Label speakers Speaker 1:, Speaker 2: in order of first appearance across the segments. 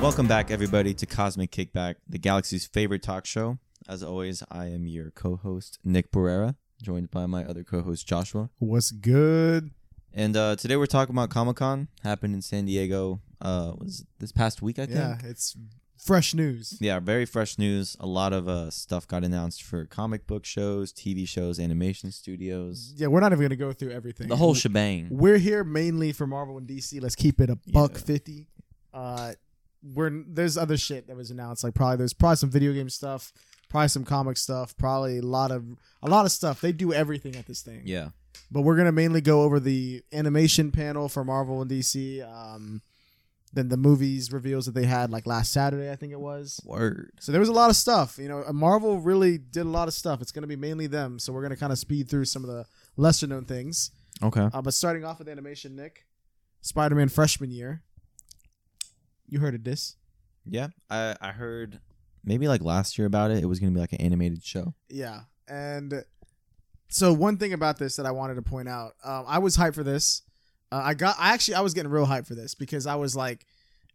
Speaker 1: Welcome back, everybody, to Cosmic Kickback, the galaxy's favorite talk show. As always, I am your co host, Nick Barrera, joined by my other co host, Joshua.
Speaker 2: What's good?
Speaker 1: And uh, today we're talking about Comic Con, happened in San Diego. Uh, was it this past week, I think?
Speaker 2: Yeah, it's fresh news.
Speaker 1: Yeah, very fresh news. A lot of uh, stuff got announced for comic book shows, TV shows, animation studios,
Speaker 2: Yeah, we're not even gonna go through everything.
Speaker 1: the whole shebang.
Speaker 2: We're here mainly for Marvel and DC. Let's keep it a buck
Speaker 1: Yeah.
Speaker 2: fifty. Uh, we're there's other shit that was announced. Like probably there's probably some video game stuff, probably some comic stuff, probably a lot of a lot of stuff. They do everything at this thing.
Speaker 1: Yeah.
Speaker 2: But we're gonna mainly go over the animation panel for Marvel and DC. Um, then the movies reveals that they had like last Saturday, I think it was.
Speaker 1: Word.
Speaker 2: So there was a lot of stuff. You know, uh, Marvel really did a lot of stuff. It's going to be mainly them. So we're going to kind of speed through some of the lesser known things.
Speaker 1: Okay.
Speaker 2: Uh, but starting off with animation, Nick, Spider Man freshman year. You heard of this?
Speaker 1: Yeah. I, I heard maybe like last year about it, it was going to be like an animated show.
Speaker 2: Yeah. And so one thing about this that I wanted to point out, um, I was hyped for this. Uh, I got, I actually, I was getting real hyped for this because I was like,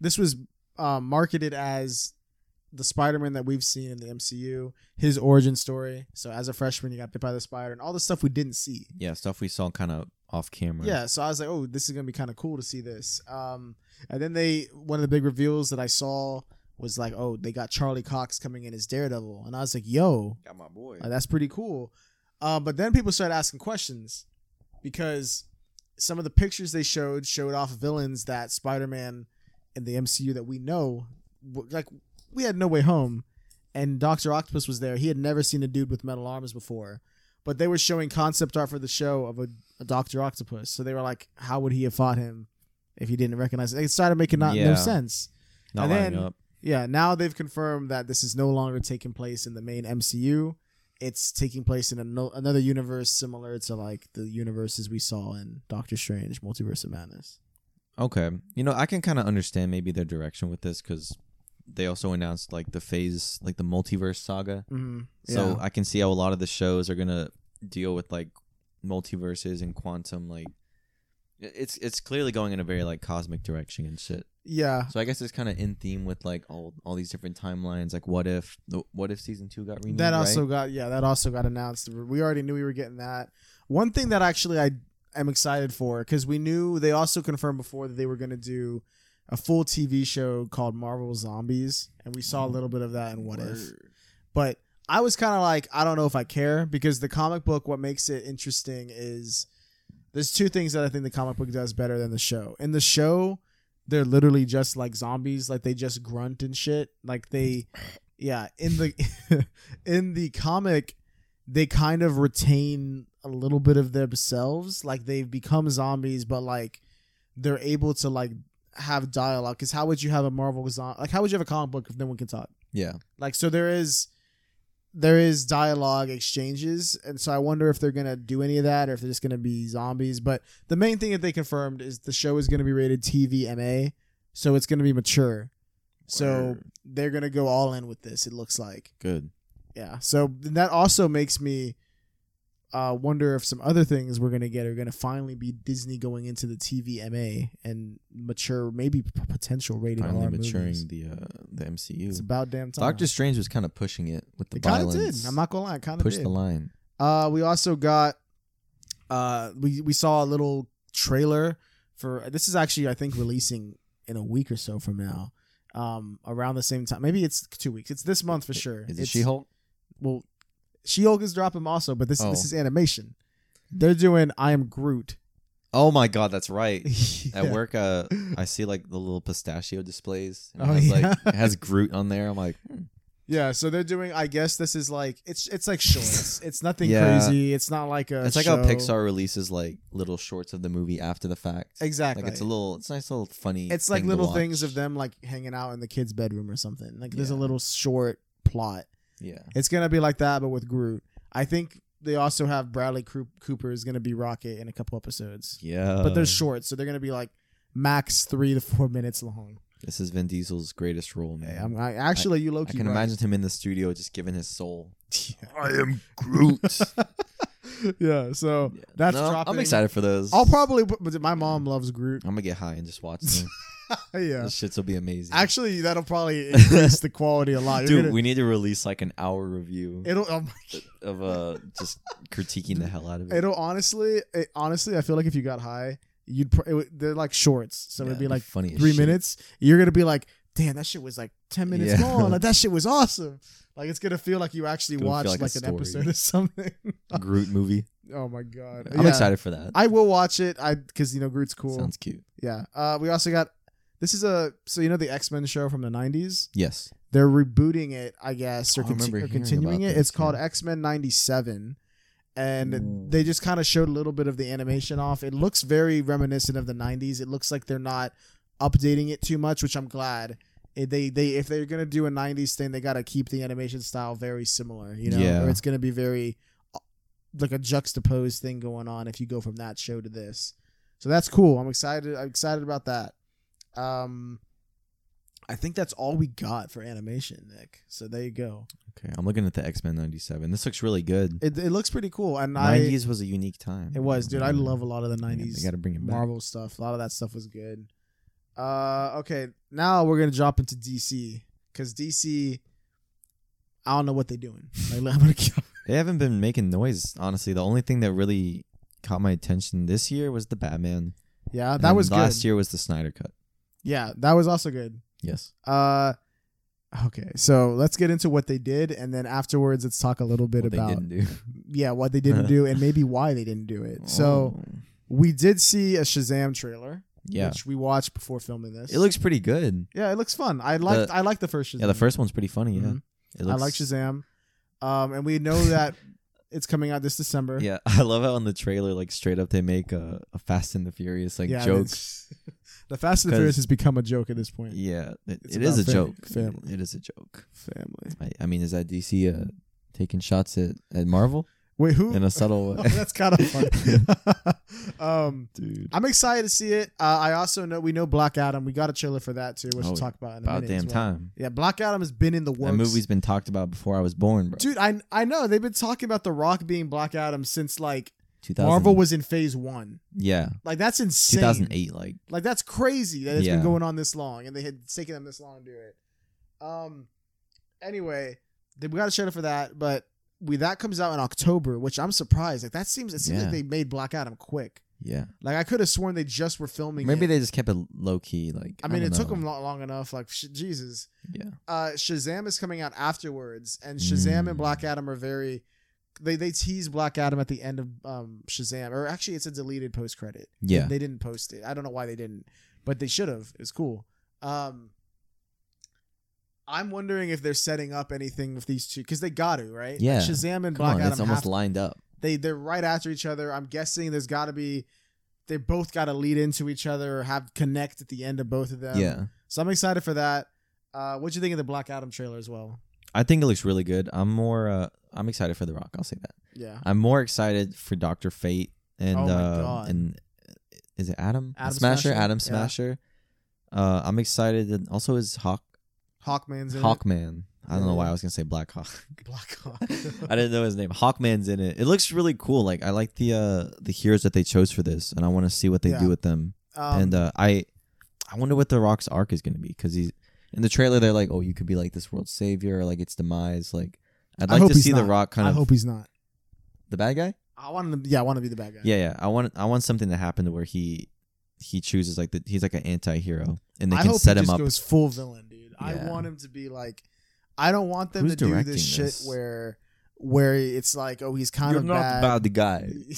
Speaker 2: this was um, marketed as the Spider-Man that we've seen in the MCU, his origin story. So as a freshman, you got bit by the spider and all the stuff we didn't see.
Speaker 1: Yeah, stuff we saw kind of off camera.
Speaker 2: Yeah, so I was like, oh, this is gonna be kind of cool to see this. Um, and then they one of the big reveals that I saw was like, oh, they got Charlie Cox coming in as Daredevil, and I was like, yo,
Speaker 1: Got my boy.
Speaker 2: uh, that's pretty cool. Uh, but then people started asking questions because some of the pictures they showed showed off villains that Spider-Man in the MCU that we know, w- like we had No Way Home, and Doctor Octopus was there. He had never seen a dude with metal arms before, but they were showing concept art for the show of a, a Doctor Octopus. So they were like, how would he have fought him if he didn't recognize? It, it started making not,
Speaker 1: Yeah.
Speaker 2: no sense.
Speaker 1: Not
Speaker 2: and
Speaker 1: lining
Speaker 2: then-
Speaker 1: up.
Speaker 2: Yeah, now they've confirmed that this is no longer taking place in the main MCU. It's taking place in ano- another universe similar to like the universes we saw in Doctor Strange: Multiverse of Madness.
Speaker 1: Okay. You know, I can kind of understand maybe their direction with this because they also announced like the phase, like the multiverse saga.
Speaker 2: Mm-hmm.
Speaker 1: So I can see how a lot of the shows are gonna deal with like multiverses and quantum. Like, i- it's it's clearly going in a very like cosmic direction and shit.
Speaker 2: yeah,
Speaker 1: So I guess it's kind of in theme with like all all these different timelines. Like, what if the- what if season two got renewed?
Speaker 2: that also
Speaker 1: right?
Speaker 2: got yeah that also got announced. We already knew we were getting that. One thing that actually I am excited for because we knew they also confirmed before that they were going to do a full TV show called Marvel Zombies, and we saw a little bit of that in What If.
Speaker 1: Word.
Speaker 2: but I was kind of like, I don't know if I care because the comic book, what makes it interesting is there's two things that I think the comic book does better than the show. In the show, they're literally just like zombies, like they just grunt and shit. Like they, yeah. In the in the comic, they kind of retain a little bit of themselves. Like they've become zombies, but like they're able to like have dialogue. Because how would you have a Marvel zombie? Like how would you have a comic book if no one can talk?
Speaker 1: Yeah.
Speaker 2: like so there is there is dialogue exchanges and so i wonder if they're going to do any of that or if they're just going to be zombies but the main thing that they confirmed is the show is going to be rated tvma so it's going to be mature so
Speaker 1: Word.
Speaker 2: they're going to go all in with this it looks like
Speaker 1: Good.
Speaker 2: yeah so then that also makes me uh, wonder if some other things we're going to get are going to finally be disney going into the tvma and mature maybe p- potential rated
Speaker 1: Finally
Speaker 2: R
Speaker 1: maturing
Speaker 2: movies.
Speaker 1: the uh, the
Speaker 2: it's
Speaker 1: MCU.
Speaker 2: about damn time
Speaker 1: Doctor Strange was kind of pushing it with the
Speaker 2: it kind of
Speaker 1: violence.
Speaker 2: did. I'm not gonna lie, it kind of
Speaker 1: push
Speaker 2: did.
Speaker 1: the line.
Speaker 2: Uh, we also got uh, we we saw a little trailer for this is actually I think releasing in a week or so from now. Um, around the same time, maybe it's two weeks. It's this month for sure.
Speaker 1: Is it
Speaker 2: It's-
Speaker 1: She Hulk?
Speaker 2: Well, She Hulk is dropping also, but this
Speaker 1: Oh.
Speaker 2: this is animation. They're doing I am Groot.
Speaker 1: Oh my God, that's right. At
Speaker 2: Yeah.
Speaker 1: work, uh, I see like the little pistachio displays. And it
Speaker 2: Oh,
Speaker 1: has,
Speaker 2: yeah.
Speaker 1: like it has Groot on there. I'm like, hmm,
Speaker 2: Yeah, so they're doing. I guess this is like it's it's like shorts. It's nothing
Speaker 1: Yeah.
Speaker 2: crazy. It's not like a.
Speaker 1: it's like how
Speaker 2: show.
Speaker 1: Pixar releases like little shorts of the movie after the fact.
Speaker 2: Exactly.
Speaker 1: Like it's a little, it's a nice little funny.
Speaker 2: It's like
Speaker 1: thing to
Speaker 2: little
Speaker 1: watch.
Speaker 2: things of them like hanging out in the kid's bedroom or something. Like there's a
Speaker 1: Yeah.
Speaker 2: little short plot.
Speaker 1: Yeah.
Speaker 2: It's gonna be like that, but with Groot. I think they also have Bradley Cro- Cooper is gonna be Rocket in a couple episodes,
Speaker 1: Yeah.
Speaker 2: but they're short, so they're gonna be like max three to four minutes long.
Speaker 1: This is Vin Diesel's greatest role, man.
Speaker 2: Hey, I'm, I actually you low
Speaker 1: I
Speaker 2: key.
Speaker 1: can
Speaker 2: right.
Speaker 1: imagine him in the studio just giving his soul.
Speaker 2: Yeah.
Speaker 1: I am Groot.
Speaker 2: yeah, so that's
Speaker 1: No,
Speaker 2: dropping.
Speaker 1: I'm excited for those.
Speaker 2: I'll probably. But my mom loves Groot.
Speaker 1: I'm gonna get high and just watch them.
Speaker 2: yeah.
Speaker 1: Those shits will be amazing.
Speaker 2: Actually, that'll probably increase the quality a lot. You're
Speaker 1: dude,
Speaker 2: gonna-
Speaker 1: we need to release like an hour review
Speaker 2: it'll oh my
Speaker 1: of uh just critiquing the hell out of it.
Speaker 2: It'll honestly, it, honestly, I feel like if you got high, you'd pr- it, would- they're like shorts, so
Speaker 1: Yeah,
Speaker 2: it'd be
Speaker 1: it'd be
Speaker 2: like
Speaker 1: funny as
Speaker 2: three
Speaker 1: shit.
Speaker 2: minutes. You're gonna be like, damn, that shit was like ten minutes
Speaker 1: Yeah.
Speaker 2: long. Like that shit was awesome. Like it's gonna feel like you actually
Speaker 1: It's gonna
Speaker 2: watched
Speaker 1: feel like
Speaker 2: like,
Speaker 1: a
Speaker 2: an
Speaker 1: story.
Speaker 2: episode or something.
Speaker 1: Groot movie.
Speaker 2: oh my god,
Speaker 1: I'm
Speaker 2: Yeah.
Speaker 1: excited for that.
Speaker 2: I will watch it. I because you know Groot's cool.
Speaker 1: Sounds cute.
Speaker 2: yeah. Uh, we also got this is a so you know the X Men show from the '90s.
Speaker 1: Yes.
Speaker 2: They're rebooting it, I guess, or,
Speaker 1: Oh, I
Speaker 2: conti-
Speaker 1: remember
Speaker 2: or
Speaker 1: hearing
Speaker 2: continuing
Speaker 1: about
Speaker 2: it.
Speaker 1: this,
Speaker 2: It's called
Speaker 1: yeah. Mm.
Speaker 2: X Men '97 and
Speaker 1: Ooh.
Speaker 2: they just kind of showed a little bit of the animation off. It looks very reminiscent of the '90s. It looks like they're not updating it too much, which I'm glad. It- They they if they're gonna do a '90s thing, they gotta keep the animation style very similar, you know,
Speaker 1: Yeah.
Speaker 2: or it's gonna be very uh, like a juxtaposed thing going on if you go from that show to this. So that's cool. I'm excited. I'm excited about that. Um, I think that's all we got for animation, Nick. So there you go.
Speaker 1: Okay. I'm looking at the X Men '97. This looks really good.
Speaker 2: It, it looks pretty cool, and I
Speaker 1: '90s was a unique time.
Speaker 2: it was, dude. I love a lot of the
Speaker 1: Yeah,
Speaker 2: '90s
Speaker 1: They got to bring it back.
Speaker 2: Marvel stuff. A lot of that stuff was good. Uh, okay, now we're gonna drop into DC because DC, I don't know what they're doing. Like, I'm gonna keep-
Speaker 1: They haven't been making noise. Honestly, the only thing that really caught my attention this year was the Batman.
Speaker 2: yeah,
Speaker 1: And
Speaker 2: that
Speaker 1: then
Speaker 2: was
Speaker 1: last
Speaker 2: good.
Speaker 1: year was the Snyder cut.
Speaker 2: Yeah, that was also good.
Speaker 1: Yes.
Speaker 2: Uh, okay, so let's get into what they did, and then afterwards, let's talk a little bit
Speaker 1: What
Speaker 2: about
Speaker 1: they didn't do.
Speaker 2: yeah what they didn't do and maybe why they didn't do it. So
Speaker 1: Oh.
Speaker 2: we did see a Shazam trailer,
Speaker 1: yeah,
Speaker 2: which we watched before filming this.
Speaker 1: it looks pretty good.
Speaker 2: yeah, it looks fun. I liked
Speaker 1: The-
Speaker 2: I liked the first Shazam.
Speaker 1: Yeah, the first one's pretty funny. Yeah,
Speaker 2: Mhm.
Speaker 1: it looks,
Speaker 2: Mm-hmm. I like Shazam. Um, and we know that it's coming out this December.
Speaker 1: Yeah, I love how on the trailer, like straight up, they make a, a Fast and the Furious like
Speaker 2: Yeah,
Speaker 1: joke.
Speaker 2: it's- The Fast and the Furious has become a joke at this point.
Speaker 1: Yeah, it,
Speaker 2: It's
Speaker 1: it is a
Speaker 2: about fam-
Speaker 1: joke.
Speaker 2: family.
Speaker 1: It is a joke.
Speaker 2: Family.
Speaker 1: I, I mean, is that DC uh, taking shots at, at Marvel
Speaker 2: Wait, who?
Speaker 1: in a subtle
Speaker 2: Oh,
Speaker 1: way?
Speaker 2: that's kind of funny. um,
Speaker 1: Dude,
Speaker 2: I'm excited to see it. Uh, I also know we know Black Adam. We got a trailer for that too, which
Speaker 1: Oh,
Speaker 2: we'll talk about in a
Speaker 1: about
Speaker 2: minute. as
Speaker 1: damn
Speaker 2: well.
Speaker 1: time.
Speaker 2: Yeah, Black Adam has been in the works.
Speaker 1: That movie's been talked about before I was born, bro.
Speaker 2: Dude, I I know they've been talking about The Rock being Black Adam since like
Speaker 1: 2000
Speaker 2: Marvel was in Phase One.
Speaker 1: yeah,
Speaker 2: Like that's insane.
Speaker 1: 2008. Like,
Speaker 2: Like that's crazy that it's been
Speaker 1: Yeah.
Speaker 2: going on this long, and they had it's taken them this long to do it. Um. Anyway, they, we got a trailer for that, but we that comes out in October, which I'm surprised. Like that seems it seems
Speaker 1: Yeah.
Speaker 2: like they made Black Adam quick.
Speaker 1: yeah,
Speaker 2: Like I could have sworn they just were filming.
Speaker 1: maybe
Speaker 2: it.
Speaker 1: they just kept it low key. Like,
Speaker 2: I mean,
Speaker 1: don't
Speaker 2: it took
Speaker 1: know.
Speaker 2: them long, long enough. Like sh- Jesus.
Speaker 1: Yeah.
Speaker 2: Uh, Shazam is coming out afterwards, and Shazam and
Speaker 1: Mm.
Speaker 2: Black Adam are very. They they tease Black Adam at the end of um, Shazam, or actually, it's a deleted post credit.
Speaker 1: Yeah,
Speaker 2: They didn't post it. I don't know why they didn't, but they should have. It's cool. Um, I'm wondering if they're setting up anything with these two because they got to right.
Speaker 1: Yeah.
Speaker 2: Shazam and
Speaker 1: come
Speaker 2: Black
Speaker 1: on,
Speaker 2: Adam.
Speaker 1: it's almost
Speaker 2: have-
Speaker 1: lined up.
Speaker 2: they they're right after each other. I'm guessing there's got to be. They both got to lead into each other or have connect at the end of both of them.
Speaker 1: yeah,
Speaker 2: So I'm excited for that. Uh, what do you think of the Black Adam trailer as well?
Speaker 1: I think it looks really good. I'm more. Uh, I'm excited for The Rock. I'll say that.
Speaker 2: Yeah.
Speaker 1: I'm more excited for Doctor Fate and
Speaker 2: Oh my
Speaker 1: uh,
Speaker 2: God.
Speaker 1: and is it Adam,
Speaker 2: Adam
Speaker 1: Smasher?
Speaker 2: Smasher?
Speaker 1: Adam
Speaker 2: Yeah.
Speaker 1: Smasher. Uh, I'm excited, and also is Hawk
Speaker 2: Hawkman's in it.
Speaker 1: Hawkman. I don't know why
Speaker 2: Yeah.
Speaker 1: I was gonna say Black Hawk.
Speaker 2: Black Hawk.
Speaker 1: I didn't know his name. Hawkman's in it. It looks really cool. Like I like the uh, the heroes that they chose for this, and I want to see what they
Speaker 2: Yeah.
Speaker 1: do with them.
Speaker 2: Um,
Speaker 1: and uh, I I wonder what the Rock's arc is gonna be because he's in the trailer. They're like, oh, you could be like this world's savior, or like its demise. Like I'd
Speaker 2: I
Speaker 1: like
Speaker 2: hope
Speaker 1: to
Speaker 2: he's
Speaker 1: see the
Speaker 2: not.
Speaker 1: Rock kind
Speaker 2: I
Speaker 1: of
Speaker 2: hope he's not.
Speaker 1: the bad guy.
Speaker 2: I want him. To, yeah, I want to be the bad guy.
Speaker 1: Yeah, yeah. I want I want something to happen to where he he chooses like the, he's like an anti-hero and they
Speaker 2: I
Speaker 1: can
Speaker 2: hope
Speaker 1: set
Speaker 2: he
Speaker 1: him
Speaker 2: just
Speaker 1: up.
Speaker 2: goes full villain, dude. I
Speaker 1: Yeah.
Speaker 2: want him to be like, I don't want them
Speaker 1: Who's
Speaker 2: to do
Speaker 1: directing
Speaker 2: this shit
Speaker 1: this?
Speaker 2: where where it's like, oh, he's kind of bad.
Speaker 1: the guy.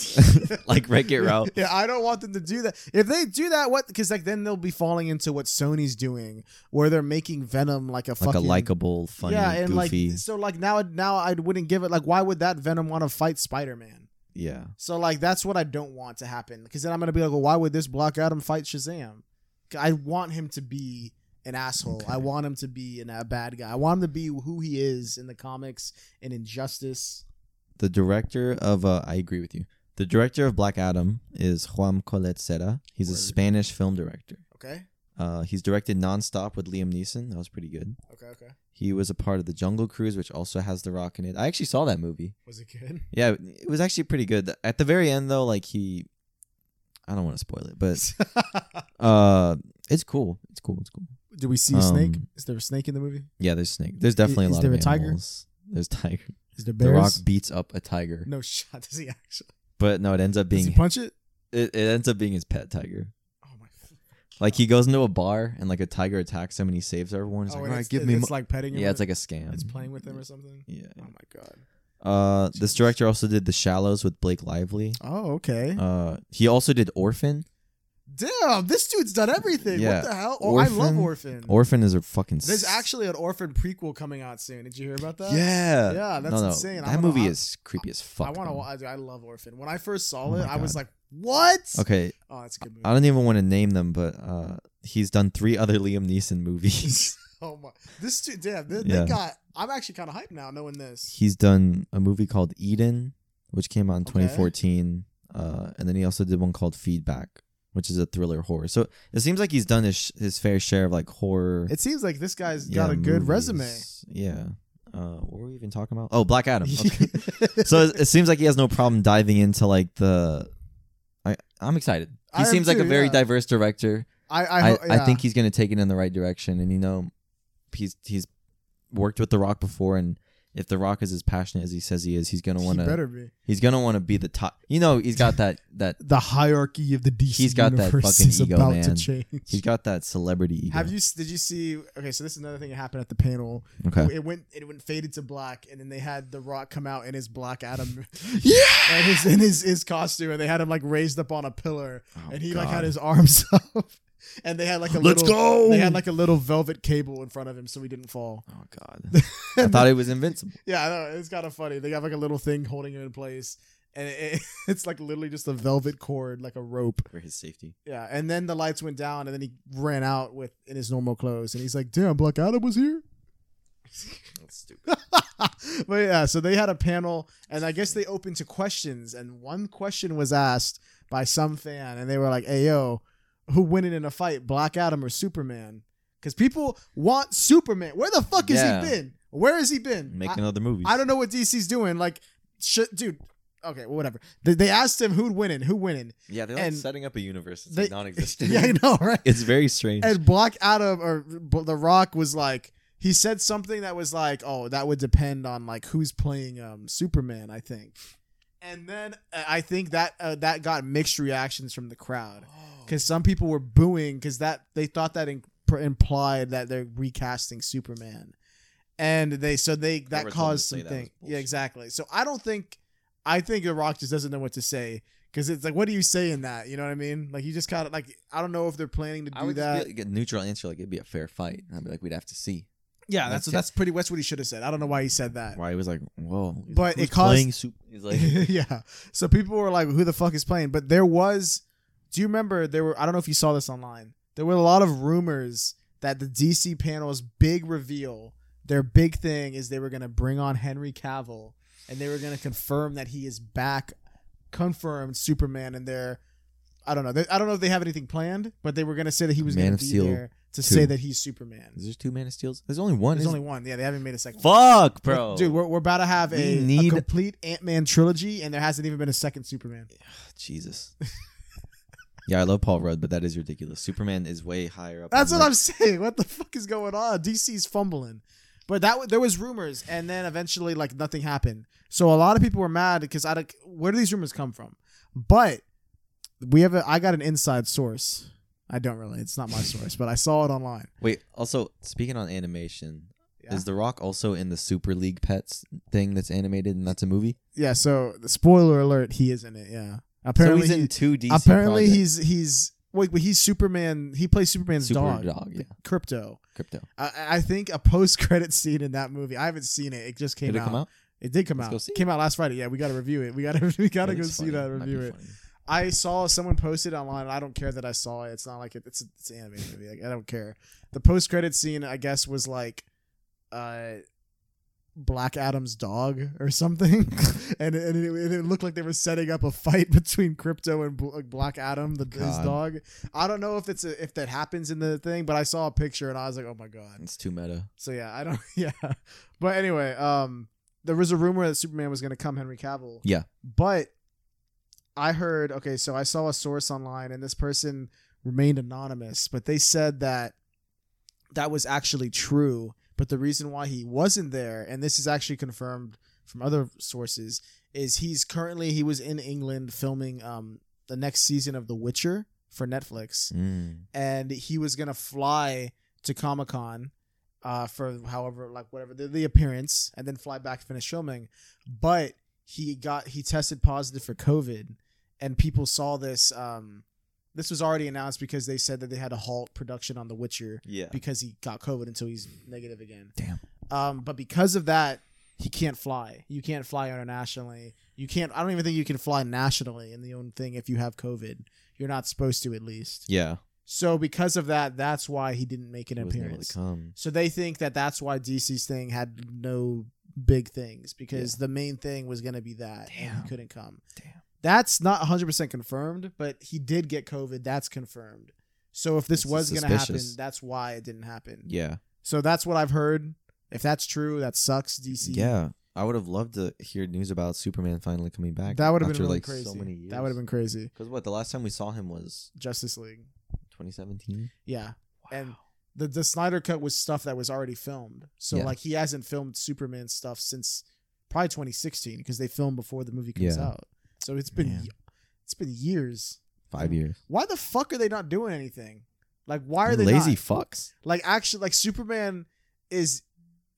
Speaker 1: Like Wreck-It Ralph.
Speaker 2: Yeah, I don't want them to do that. If they do that, what? Because like then they'll be falling into what Sony's doing, where they're making Venom like a
Speaker 1: Like a
Speaker 2: fucking
Speaker 1: likable, funny,
Speaker 2: yeah, and
Speaker 1: goofy.
Speaker 2: like so like now now I wouldn't give it like why would that Venom want to fight Spider Man?
Speaker 1: yeah.
Speaker 2: So like that's what I don't want to happen because then I'm gonna be like, well, why would this Black Adam fight Shazam? I want him to be an asshole.
Speaker 1: Okay.
Speaker 2: I want him to be an, a bad guy. I want him to be who he is in the comics and Injustice.
Speaker 1: The director of uh, I agree with you. The director of Black Adam is Juan Colet Serra. He's a
Speaker 2: Word.
Speaker 1: Spanish film director.
Speaker 2: Okay.
Speaker 1: Uh, he's directed nonstop with Liam Neeson. That was pretty good.
Speaker 2: Okay. Okay.
Speaker 1: He was a part of the Jungle Cruise, which also has The Rock in it. I actually saw that movie.
Speaker 2: Was it good?
Speaker 1: Yeah, it was actually pretty good. At the very end, though, like he, I don't want to spoil it, but uh It's cool. It's cool. It's cool.
Speaker 2: Do we see a snake?
Speaker 1: Um,
Speaker 2: Is there a snake in the movie?
Speaker 1: Yeah, there's snake. There's definitely
Speaker 2: is
Speaker 1: a lot
Speaker 2: there
Speaker 1: of
Speaker 2: a tiger?
Speaker 1: animals. There's tiger.
Speaker 2: Is there
Speaker 1: The Rock
Speaker 2: bears?
Speaker 1: beats up a tiger,
Speaker 2: No shot. Does he actually?
Speaker 1: but no, it ends up
Speaker 2: Does
Speaker 1: being
Speaker 2: he punch it?
Speaker 1: it, it ends up being his pet tiger.
Speaker 2: Oh my.
Speaker 1: Like he goes into a bar and like a tiger attacks him and he saves everyone. He's
Speaker 2: oh,
Speaker 1: like,
Speaker 2: and
Speaker 1: all right,
Speaker 2: it's,
Speaker 1: give me.
Speaker 2: It's
Speaker 1: mo-"
Speaker 2: like petting him.
Speaker 1: yeah, it's
Speaker 2: or-
Speaker 1: like a scam.
Speaker 2: it's playing with him or something.
Speaker 1: Yeah.
Speaker 2: Oh my god.
Speaker 1: Uh, this director also did The Shallows with Blake Lively.
Speaker 2: Oh okay.
Speaker 1: Uh, he also did Orphan.
Speaker 2: Damn, this dude's done everything.
Speaker 1: yeah.
Speaker 2: What the hell? Oh, I love Orphan.
Speaker 1: Orphan is a fucking.
Speaker 2: There's
Speaker 1: s-
Speaker 2: actually an Orphan prequel coming out soon. Did you hear about that?
Speaker 1: Yeah.
Speaker 2: Yeah, that's
Speaker 1: no, no.
Speaker 2: insane.
Speaker 1: That
Speaker 2: I wanna-
Speaker 1: movie
Speaker 2: I-
Speaker 1: is creepy as fuck.
Speaker 2: I
Speaker 1: though.
Speaker 2: want to. I love Orphan. When I first saw
Speaker 1: Oh
Speaker 2: it,
Speaker 1: my
Speaker 2: I was
Speaker 1: God.
Speaker 2: like, "What?"
Speaker 1: Okay,
Speaker 2: Oh, that's a good movie.
Speaker 1: I don't even want to name them, but uh, he's done three other Liam Neeson movies.
Speaker 2: oh my! This dude, damn, they,
Speaker 1: Yeah.
Speaker 2: they got. I'm actually kind of hyped now knowing this.
Speaker 1: he's done a movie called Eden, which came out in
Speaker 2: Okay.
Speaker 1: 2014, uh, and then he also did one called Feedback, which is a thriller horror. So it seems like he's done his sh- his fair share of like horror.
Speaker 2: It seems like this guy's
Speaker 1: yeah,
Speaker 2: got a good
Speaker 1: movies.
Speaker 2: resume.
Speaker 1: Yeah. Uh, what were we even talking about? Oh, Black Adam. Okay. so it, it seems like he has no problem diving into like the. I I'm excited.
Speaker 2: I
Speaker 1: He
Speaker 2: am
Speaker 1: seems like
Speaker 2: too,
Speaker 1: a very
Speaker 2: yeah.
Speaker 1: diverse director.
Speaker 2: I I,
Speaker 1: I,
Speaker 2: ho- yeah.
Speaker 1: I think he's gonna take it in the right direction, and you know, he's he's worked with The Rock before, and if The Rock is as passionate as he says he is, he's gonna
Speaker 2: He
Speaker 1: want to
Speaker 2: better be
Speaker 1: he's gonna want to be the top. You know, he's got that that
Speaker 2: the hierarchy of the DC
Speaker 1: He's got that
Speaker 2: universe
Speaker 1: fucking
Speaker 2: is
Speaker 1: ego,
Speaker 2: about to
Speaker 1: man.
Speaker 2: change.
Speaker 1: he's got that celebrity ego.
Speaker 2: Have you s- did you see? Okay, so this is another thing that happened at the panel.
Speaker 1: okay.
Speaker 2: It went it went faded to black, and then they had The Rock come out in his Black Adam
Speaker 1: Yeah.
Speaker 2: and his in his, his costume, and they had him like raised up on a pillar,
Speaker 1: Oh,
Speaker 2: and he like had
Speaker 1: God.
Speaker 2: his arms up, and they had like a
Speaker 1: Let's
Speaker 2: little,
Speaker 1: go.
Speaker 2: They had like a little velvet cable in front of him so he didn't fall.
Speaker 1: Oh God. I thought it was invincible.
Speaker 2: Yeah, I know, it's kind of funny. They have like a little thing holding him in place, and it, it- it's like literally just a velvet cord, like a rope.
Speaker 1: For his safety.
Speaker 2: Yeah, and then the lights went down, and then he ran out with in his normal clothes, and he's like, "Damn, Black Adam was here."
Speaker 1: That's stupid.
Speaker 2: but yeah, so they had a panel, and I guess they opened to questions, and one question was asked by some fan, and they were like, "Hey yo, who winning in a fight, Black Adam or Superman?" Because people want Superman. Where the fuck has
Speaker 1: Yeah.
Speaker 2: he been? Where has he been?
Speaker 1: Make
Speaker 2: I-
Speaker 1: another movie.
Speaker 2: I don't know what DC's doing. Like, shit, dude. Okay, well, whatever. They, they asked him who'd winning. Who winning?
Speaker 1: Yeah, they're
Speaker 2: like, and
Speaker 1: setting up a universe that's
Speaker 2: they- like,
Speaker 1: non-existent.
Speaker 2: yeah, I know, right?
Speaker 1: It's very strange.
Speaker 2: And Black Adam or B- The Rock was like, he said something that was like, oh, that would depend on like who's playing um, Superman, I think. And then uh, I think that uh, that got mixed reactions from the crowd
Speaker 1: Oh.
Speaker 2: because some people were booing because that they thought that in, pr- implied that they're recasting Superman, and they so they
Speaker 1: Whoever told
Speaker 2: that
Speaker 1: them to
Speaker 2: caused
Speaker 1: say that was
Speaker 2: something. Yeah,
Speaker 1: bullshit.
Speaker 2: exactly. So I don't think I think The Rock just doesn't know what to say because it's like, what do you say in that? You know what I mean? Like you just kind of like I don't know if they're planning to
Speaker 1: I
Speaker 2: do
Speaker 1: would
Speaker 2: that.
Speaker 1: just be like a neutral answer, like it'd be a fair fight. And I'd be like, we'd have to see.
Speaker 2: yeah, that's
Speaker 1: that's-
Speaker 2: that's pretty much what he should have said. I don't know why he said that.
Speaker 1: Why he was like, whoa.
Speaker 2: But
Speaker 1: who's
Speaker 2: it caused-
Speaker 1: playing Sup- He's like,
Speaker 2: yeah. So people were like, "Who the fuck is playing?" But there was. Do you remember there were? I don't know if you saw this online. There were a lot of rumors that the DC panel's big reveal, their big thing, is they were going to bring on Henry Cavill and they were going to confirm that he is back, confirmed Superman, and their. I don't know. They, I don't know if they have anything planned, but they were going to say that he was
Speaker 1: Man
Speaker 2: going
Speaker 1: of
Speaker 2: to be
Speaker 1: Steel
Speaker 2: there to
Speaker 1: 2.
Speaker 2: say that he's Superman.
Speaker 1: is there two Man of Steels? There's only one.
Speaker 2: There's
Speaker 1: isn't
Speaker 2: only one. Yeah, they haven't made a second.
Speaker 1: there?
Speaker 2: one.
Speaker 1: Fuck, bro.
Speaker 2: Dude, we're, we're about to have
Speaker 1: We
Speaker 2: a, a
Speaker 1: need-
Speaker 2: complete Ant Man trilogy, and there hasn't even been a second Superman.
Speaker 1: Jesus. yeah, I love Paul Rudd, but that is ridiculous. Superman is way higher up.
Speaker 2: That's
Speaker 1: on
Speaker 2: what
Speaker 1: the-
Speaker 2: I'm saying. What the fuck is going on? DC's fumbling. But that w- there was rumors, and then eventually, like nothing happened. So a lot of people were mad because I don't. Where do these rumors come from? But we have. A, I got an inside source. I don't really. It's not my source, but I saw it online.
Speaker 1: Wait, also speaking on animation,
Speaker 2: Yeah.
Speaker 1: is The Rock also in the Super League Pets thing that's animated and that's a movie?
Speaker 2: Yeah. So spoiler alert: he is in it. Yeah.
Speaker 1: so
Speaker 2: Apparently,
Speaker 1: he's in
Speaker 2: he-
Speaker 1: two DC.
Speaker 2: apparently
Speaker 1: projects.
Speaker 2: he's he's wait, but he's Superman. He plays Superman's
Speaker 1: Super
Speaker 2: dog,
Speaker 1: Dog, yeah.
Speaker 2: Crypto.
Speaker 1: crypto.
Speaker 2: I, I think a post-credit scene in that movie. I haven't seen it. It just came
Speaker 1: Did it
Speaker 2: out.
Speaker 1: come out?
Speaker 2: It did come
Speaker 1: Let's
Speaker 2: out.
Speaker 1: go see
Speaker 2: Came out last Friday. Yeah, we gotta review it. We gotta we gotta
Speaker 1: That
Speaker 2: go
Speaker 1: is funny.
Speaker 2: see that.
Speaker 1: Might be
Speaker 2: Review it.
Speaker 1: funny.
Speaker 2: I saw someone posted online. And I don't care that I saw it. It's not like it, it's it's an anime movie. Like, I don't care. The post credit scene, I guess, was like, uh, Black Adam's dog or something, and and it, and it looked like they were setting up a fight between Crypto and Bl- uh, Black Adam, the his
Speaker 1: God.
Speaker 2: dog. I don't know if it's a, if that happens in the thing, but I saw a picture and I was like, oh my god.
Speaker 1: It's too meta.
Speaker 2: So yeah, I don't. Yeah, but anyway, um, there was a rumor that Superman was going to come Henry Cavill.
Speaker 1: Yeah.
Speaker 2: but I heard. Okay, so I saw a source online, and this person remained anonymous, but they said that that was actually true. But the reason why he wasn't there, and this is actually confirmed from other sources, is he's currently he was in England filming um, the next season of The Witcher for Netflix,
Speaker 1: Mm.
Speaker 2: and he was gonna fly to Comic Con uh, for however like whatever the, the appearance, and then fly back finish filming. But he got he tested positive for COVID, and people saw this. Um, this was already announced because they said that they had to halt production on The Witcher
Speaker 1: Yeah.
Speaker 2: because he got COVID until he's negative again.
Speaker 1: Damn.
Speaker 2: Um, but because of that, he can't fly. You can't fly internationally. You can't. I don't even think you can fly nationally in the own thing if you have COVID. You're not supposed to, at least.
Speaker 1: Yeah.
Speaker 2: So because of that, that's why he didn't make an
Speaker 1: He wasn't able
Speaker 2: appearance.
Speaker 1: to come.
Speaker 2: So they think that that's why DC's thing had no big things because the main thing was going to be that and
Speaker 1: Damn.
Speaker 2: he couldn't come.
Speaker 1: Damn.
Speaker 2: That's not 100% confirmed, but he did get COVID. That's confirmed. So if this
Speaker 1: This is
Speaker 2: was going to happen,
Speaker 1: suspicious.
Speaker 2: that's why it didn't happen.
Speaker 1: Yeah.
Speaker 2: So that's what I've heard. If that's true, that sucks, DC.
Speaker 1: Yeah. I would have loved to hear news about Superman finally coming back.
Speaker 2: That would have
Speaker 1: after,
Speaker 2: been really
Speaker 1: like,
Speaker 2: crazy.
Speaker 1: So many years.
Speaker 2: That would have been crazy.
Speaker 1: Because what the last time we saw him was
Speaker 2: Justice League.
Speaker 1: 2017.
Speaker 2: Yeah. And the the Snyder cut was stuff that was already filmed. So
Speaker 1: Yeah.
Speaker 2: like he hasn't filmed Superman stuff since probably 2016 because they filmed before the movie comes
Speaker 1: Yeah.
Speaker 2: out. So it's been
Speaker 1: Man.
Speaker 2: it's been years.
Speaker 1: five years.
Speaker 2: Why the fuck are they not doing anything? Like why are they
Speaker 1: lazy
Speaker 2: not?
Speaker 1: fucks?
Speaker 2: like actually like Superman is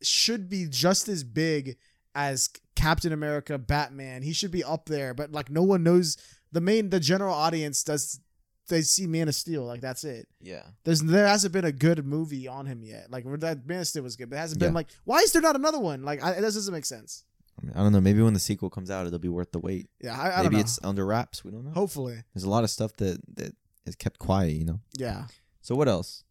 Speaker 2: should be just as big as Captain America, Batman. He should be up there, but like no one knows the main the general audience does they see Man of Steel, like that's it.
Speaker 1: Yeah.
Speaker 2: There's there hasn't been a good movie on him yet. Like that Man of Steel was good, but it hasn't been
Speaker 1: Yeah.
Speaker 2: like why is there not another one? Like I, that doesn't make sense.
Speaker 1: I, mean, I don't know. Maybe when the sequel comes out, it'll be worth the wait.
Speaker 2: Yeah, I, I don't
Speaker 1: Maybe
Speaker 2: know.
Speaker 1: it's under wraps. We don't know.
Speaker 2: Hopefully,
Speaker 1: There's a lot of stuff that that is kept quiet. You know.
Speaker 2: yeah.
Speaker 1: So what else?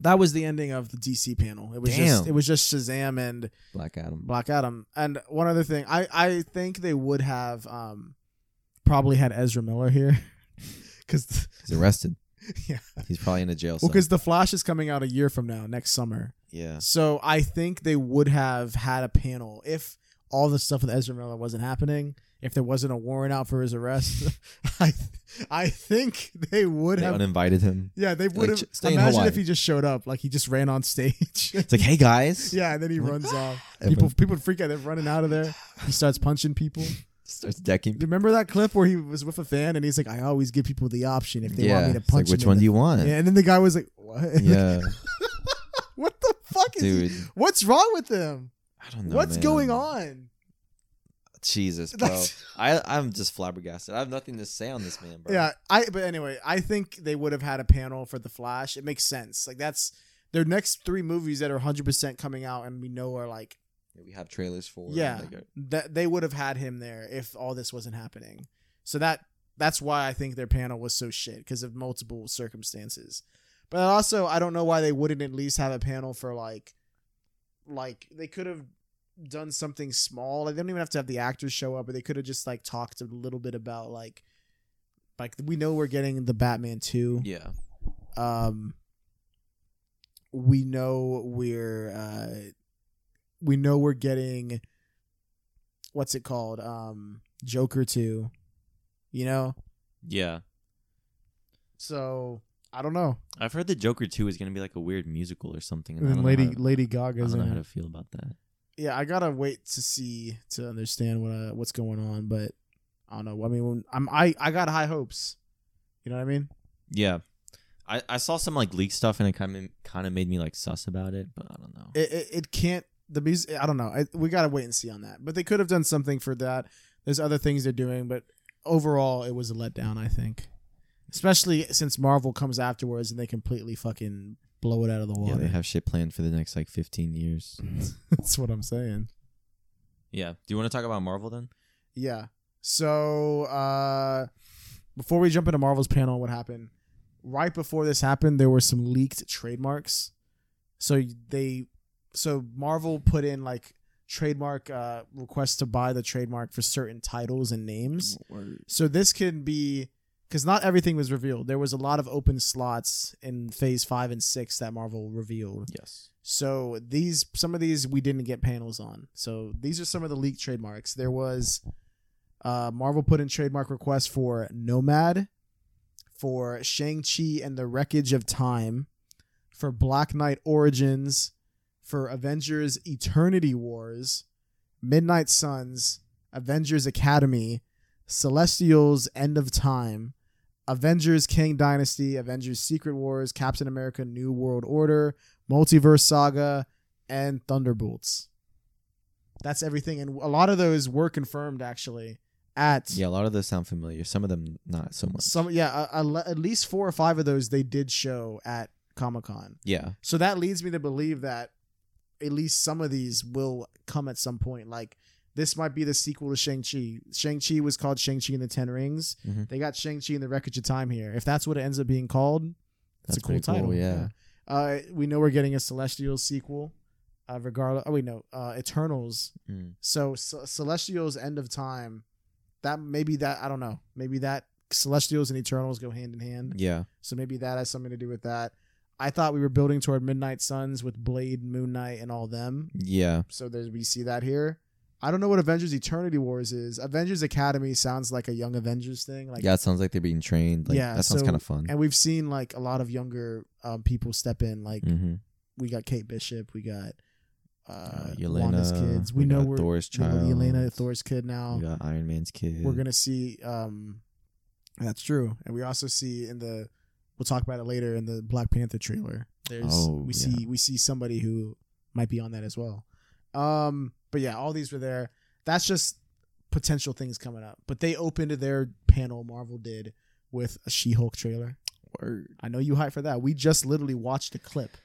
Speaker 2: That was the ending of the DC panel. It was just
Speaker 1: Damn.
Speaker 2: it was just Shazam and
Speaker 1: Black Adam.
Speaker 2: Black Adam. And one other thing, I I think they would have um probably had Ezra Miller here because
Speaker 1: He's arrested.
Speaker 2: Yeah.
Speaker 1: He's probably in a jail.
Speaker 2: well
Speaker 1: cell.
Speaker 2: because the Flash is coming out a year from now next summer.
Speaker 1: yeah.
Speaker 2: So I think they would have had a panel if all the stuff with Ezra Miller wasn't happening. If there wasn't a warrant out for his arrest, I I think they would
Speaker 1: They
Speaker 2: have.
Speaker 1: uninvited him.
Speaker 2: yeah, they would
Speaker 1: Like,
Speaker 2: have.
Speaker 1: ch- stay in
Speaker 2: imagine
Speaker 1: Hawaii.
Speaker 2: if he just showed up, like he just ran on stage.
Speaker 1: It's like, hey guys.
Speaker 2: yeah, and then he
Speaker 1: Like,
Speaker 2: runs off. People
Speaker 1: Everyone
Speaker 2: people freak out. They're running out of there. He starts punching people.
Speaker 1: starts decking.
Speaker 2: Do you remember that clip where he was with a fan and he's like, "I always give people the option if they want me to
Speaker 1: It's like,
Speaker 2: punch."
Speaker 1: which one do you want?
Speaker 2: Yeah, and then the guy was like, "What?
Speaker 1: Yeah,
Speaker 2: what the fuck is?
Speaker 1: dude.
Speaker 2: What's wrong with them?
Speaker 1: I don't know.
Speaker 2: What's
Speaker 1: man.
Speaker 2: going on?"
Speaker 1: Jesus, bro.
Speaker 2: That's-
Speaker 1: I I'm just flabbergasted. I have nothing to say on this man, bro.
Speaker 2: Yeah, I. But anyway, I think they would have had a panel for the Flash. It makes sense. Like that's their next three movies that are 100 percent coming out, and we know are like
Speaker 1: That we have trailers for.
Speaker 2: Yeah.
Speaker 1: like, uh,
Speaker 2: that they would have had him there if all this wasn't happening. So that that's why I think their panel was so shit because of multiple circumstances. But also, I don't know why they wouldn't at least have a panel for like, like they could have done something small. Like they don't even have to have the actors show up, but they could have just like talked a little bit about like, like we know we're getting the Batman two.
Speaker 1: yeah.
Speaker 2: Um, we know we're uh, we know we're getting what's it called um joker 2 you know
Speaker 1: Yeah.
Speaker 2: so i don't know
Speaker 1: I've heard that Joker Two is gonna be like a weird musical or something.
Speaker 2: and
Speaker 1: I
Speaker 2: then
Speaker 1: don't know
Speaker 2: lady
Speaker 1: how to-
Speaker 2: lady
Speaker 1: I
Speaker 2: gaga's
Speaker 1: don't know
Speaker 2: in
Speaker 1: how to
Speaker 2: it.
Speaker 1: feel about that.
Speaker 2: yeah i gotta wait to see to understand what uh, what's going on but i don't know i mean when, i'm i i got high hopes you know what i mean
Speaker 1: Yeah. I, I saw some like leak stuff and it kind of kind of made me like sus about it, but I don't know.
Speaker 2: it, it, it can't the music i don't know I, we gotta wait and see on that but they could have done something for that there's other things they're doing but overall it was a letdown i think especially since marvel comes afterwards and they completely fucking blow it out of the
Speaker 1: yeah,
Speaker 2: water
Speaker 1: they have shit planned for the next like 15 years.
Speaker 2: that's what i'm saying
Speaker 1: Yeah. Do you want to talk about Marvel then?
Speaker 2: yeah so uh before we jump into marvel's panel what happened right before this happened there were some leaked trademarks so they so marvel put in like trademark uh requests to buy the trademark for certain titles and names so this can be because not everything was revealed there was a lot of open slots in phase five and six that marvel revealed
Speaker 1: Yes.
Speaker 2: so these some of these we didn't get panels on. So these are some of the leaked trademarks. There was uh Marvel put in trademark requests for Nomad, for Shang-Chi and the Wreckage of Time, for Black Knight Origins, for Avengers Eternity Wars, Midnight Suns, Avengers Academy, Celestials End of Time, Avengers King Dynasty, Avengers Secret Wars, Captain America New World Order, Multiverse Saga, and Thunderbolts. That's everything. And a lot of those were confirmed actually at
Speaker 1: Yeah, a lot of those sound familiar. Some of them not so much.
Speaker 2: some, yeah, a, a le- at least four or five of those they did show at Comic Con.
Speaker 1: yeah,
Speaker 2: So that leads me to believe that at least some of these will come at some point. Like this might be the sequel to Shang Chi. Shang Chi was called Shang Chi and the Ten Rings.
Speaker 1: Mhm.
Speaker 2: They got Shang Chi and the Wreckage of Time here. If that's what it ends up being called, that's,
Speaker 1: That's
Speaker 2: a cool
Speaker 1: pretty cool,
Speaker 2: title.
Speaker 1: yeah.
Speaker 2: Uh, we know we're getting a Celestial sequel. Uh, regardless, oh wait, no, uh, Eternals.
Speaker 1: Mm.
Speaker 2: So, Ce- Celestials End of Time. That maybe that I don't know. Maybe that Celestials and Eternals go hand in hand.
Speaker 1: yeah.
Speaker 2: So maybe that has something to do with that. I thought we were building toward Midnight Suns with Blade, Moon Knight, and all them.
Speaker 1: Yeah,
Speaker 2: So there's we see that here. I don't know what Avengers Eternity Wars is. Avengers Academy sounds like a young Avengers thing. Like
Speaker 1: yeah. It sounds like they're being trained. Like,
Speaker 2: Yeah,
Speaker 1: that sounds
Speaker 2: so-
Speaker 1: kind of fun.
Speaker 2: and we've seen like a lot of younger um, people step in. Like
Speaker 1: hmm
Speaker 2: we got Kate Bishop, we got uh,
Speaker 1: Uh,
Speaker 2: Wanda's
Speaker 1: Yelena,
Speaker 2: kids.
Speaker 1: we
Speaker 2: We, know
Speaker 1: got
Speaker 2: we're
Speaker 1: Thor's
Speaker 2: we know Yelena
Speaker 1: child.
Speaker 2: Thor's kid now.
Speaker 1: We got Iron Man's kid.
Speaker 2: We're gonna see. Um, that's true, and we also see in the. We'll talk about it later in the Black Panther trailer. There's
Speaker 1: Oh,
Speaker 2: we
Speaker 1: yeah.
Speaker 2: see we see somebody who might be on that as well. Um, but yeah, all these were there. That's just potential things coming up. But they opened their panel. Marvel did with a She-Hulk trailer.
Speaker 1: Word.
Speaker 2: I know you hype for that. We just literally watched a clip,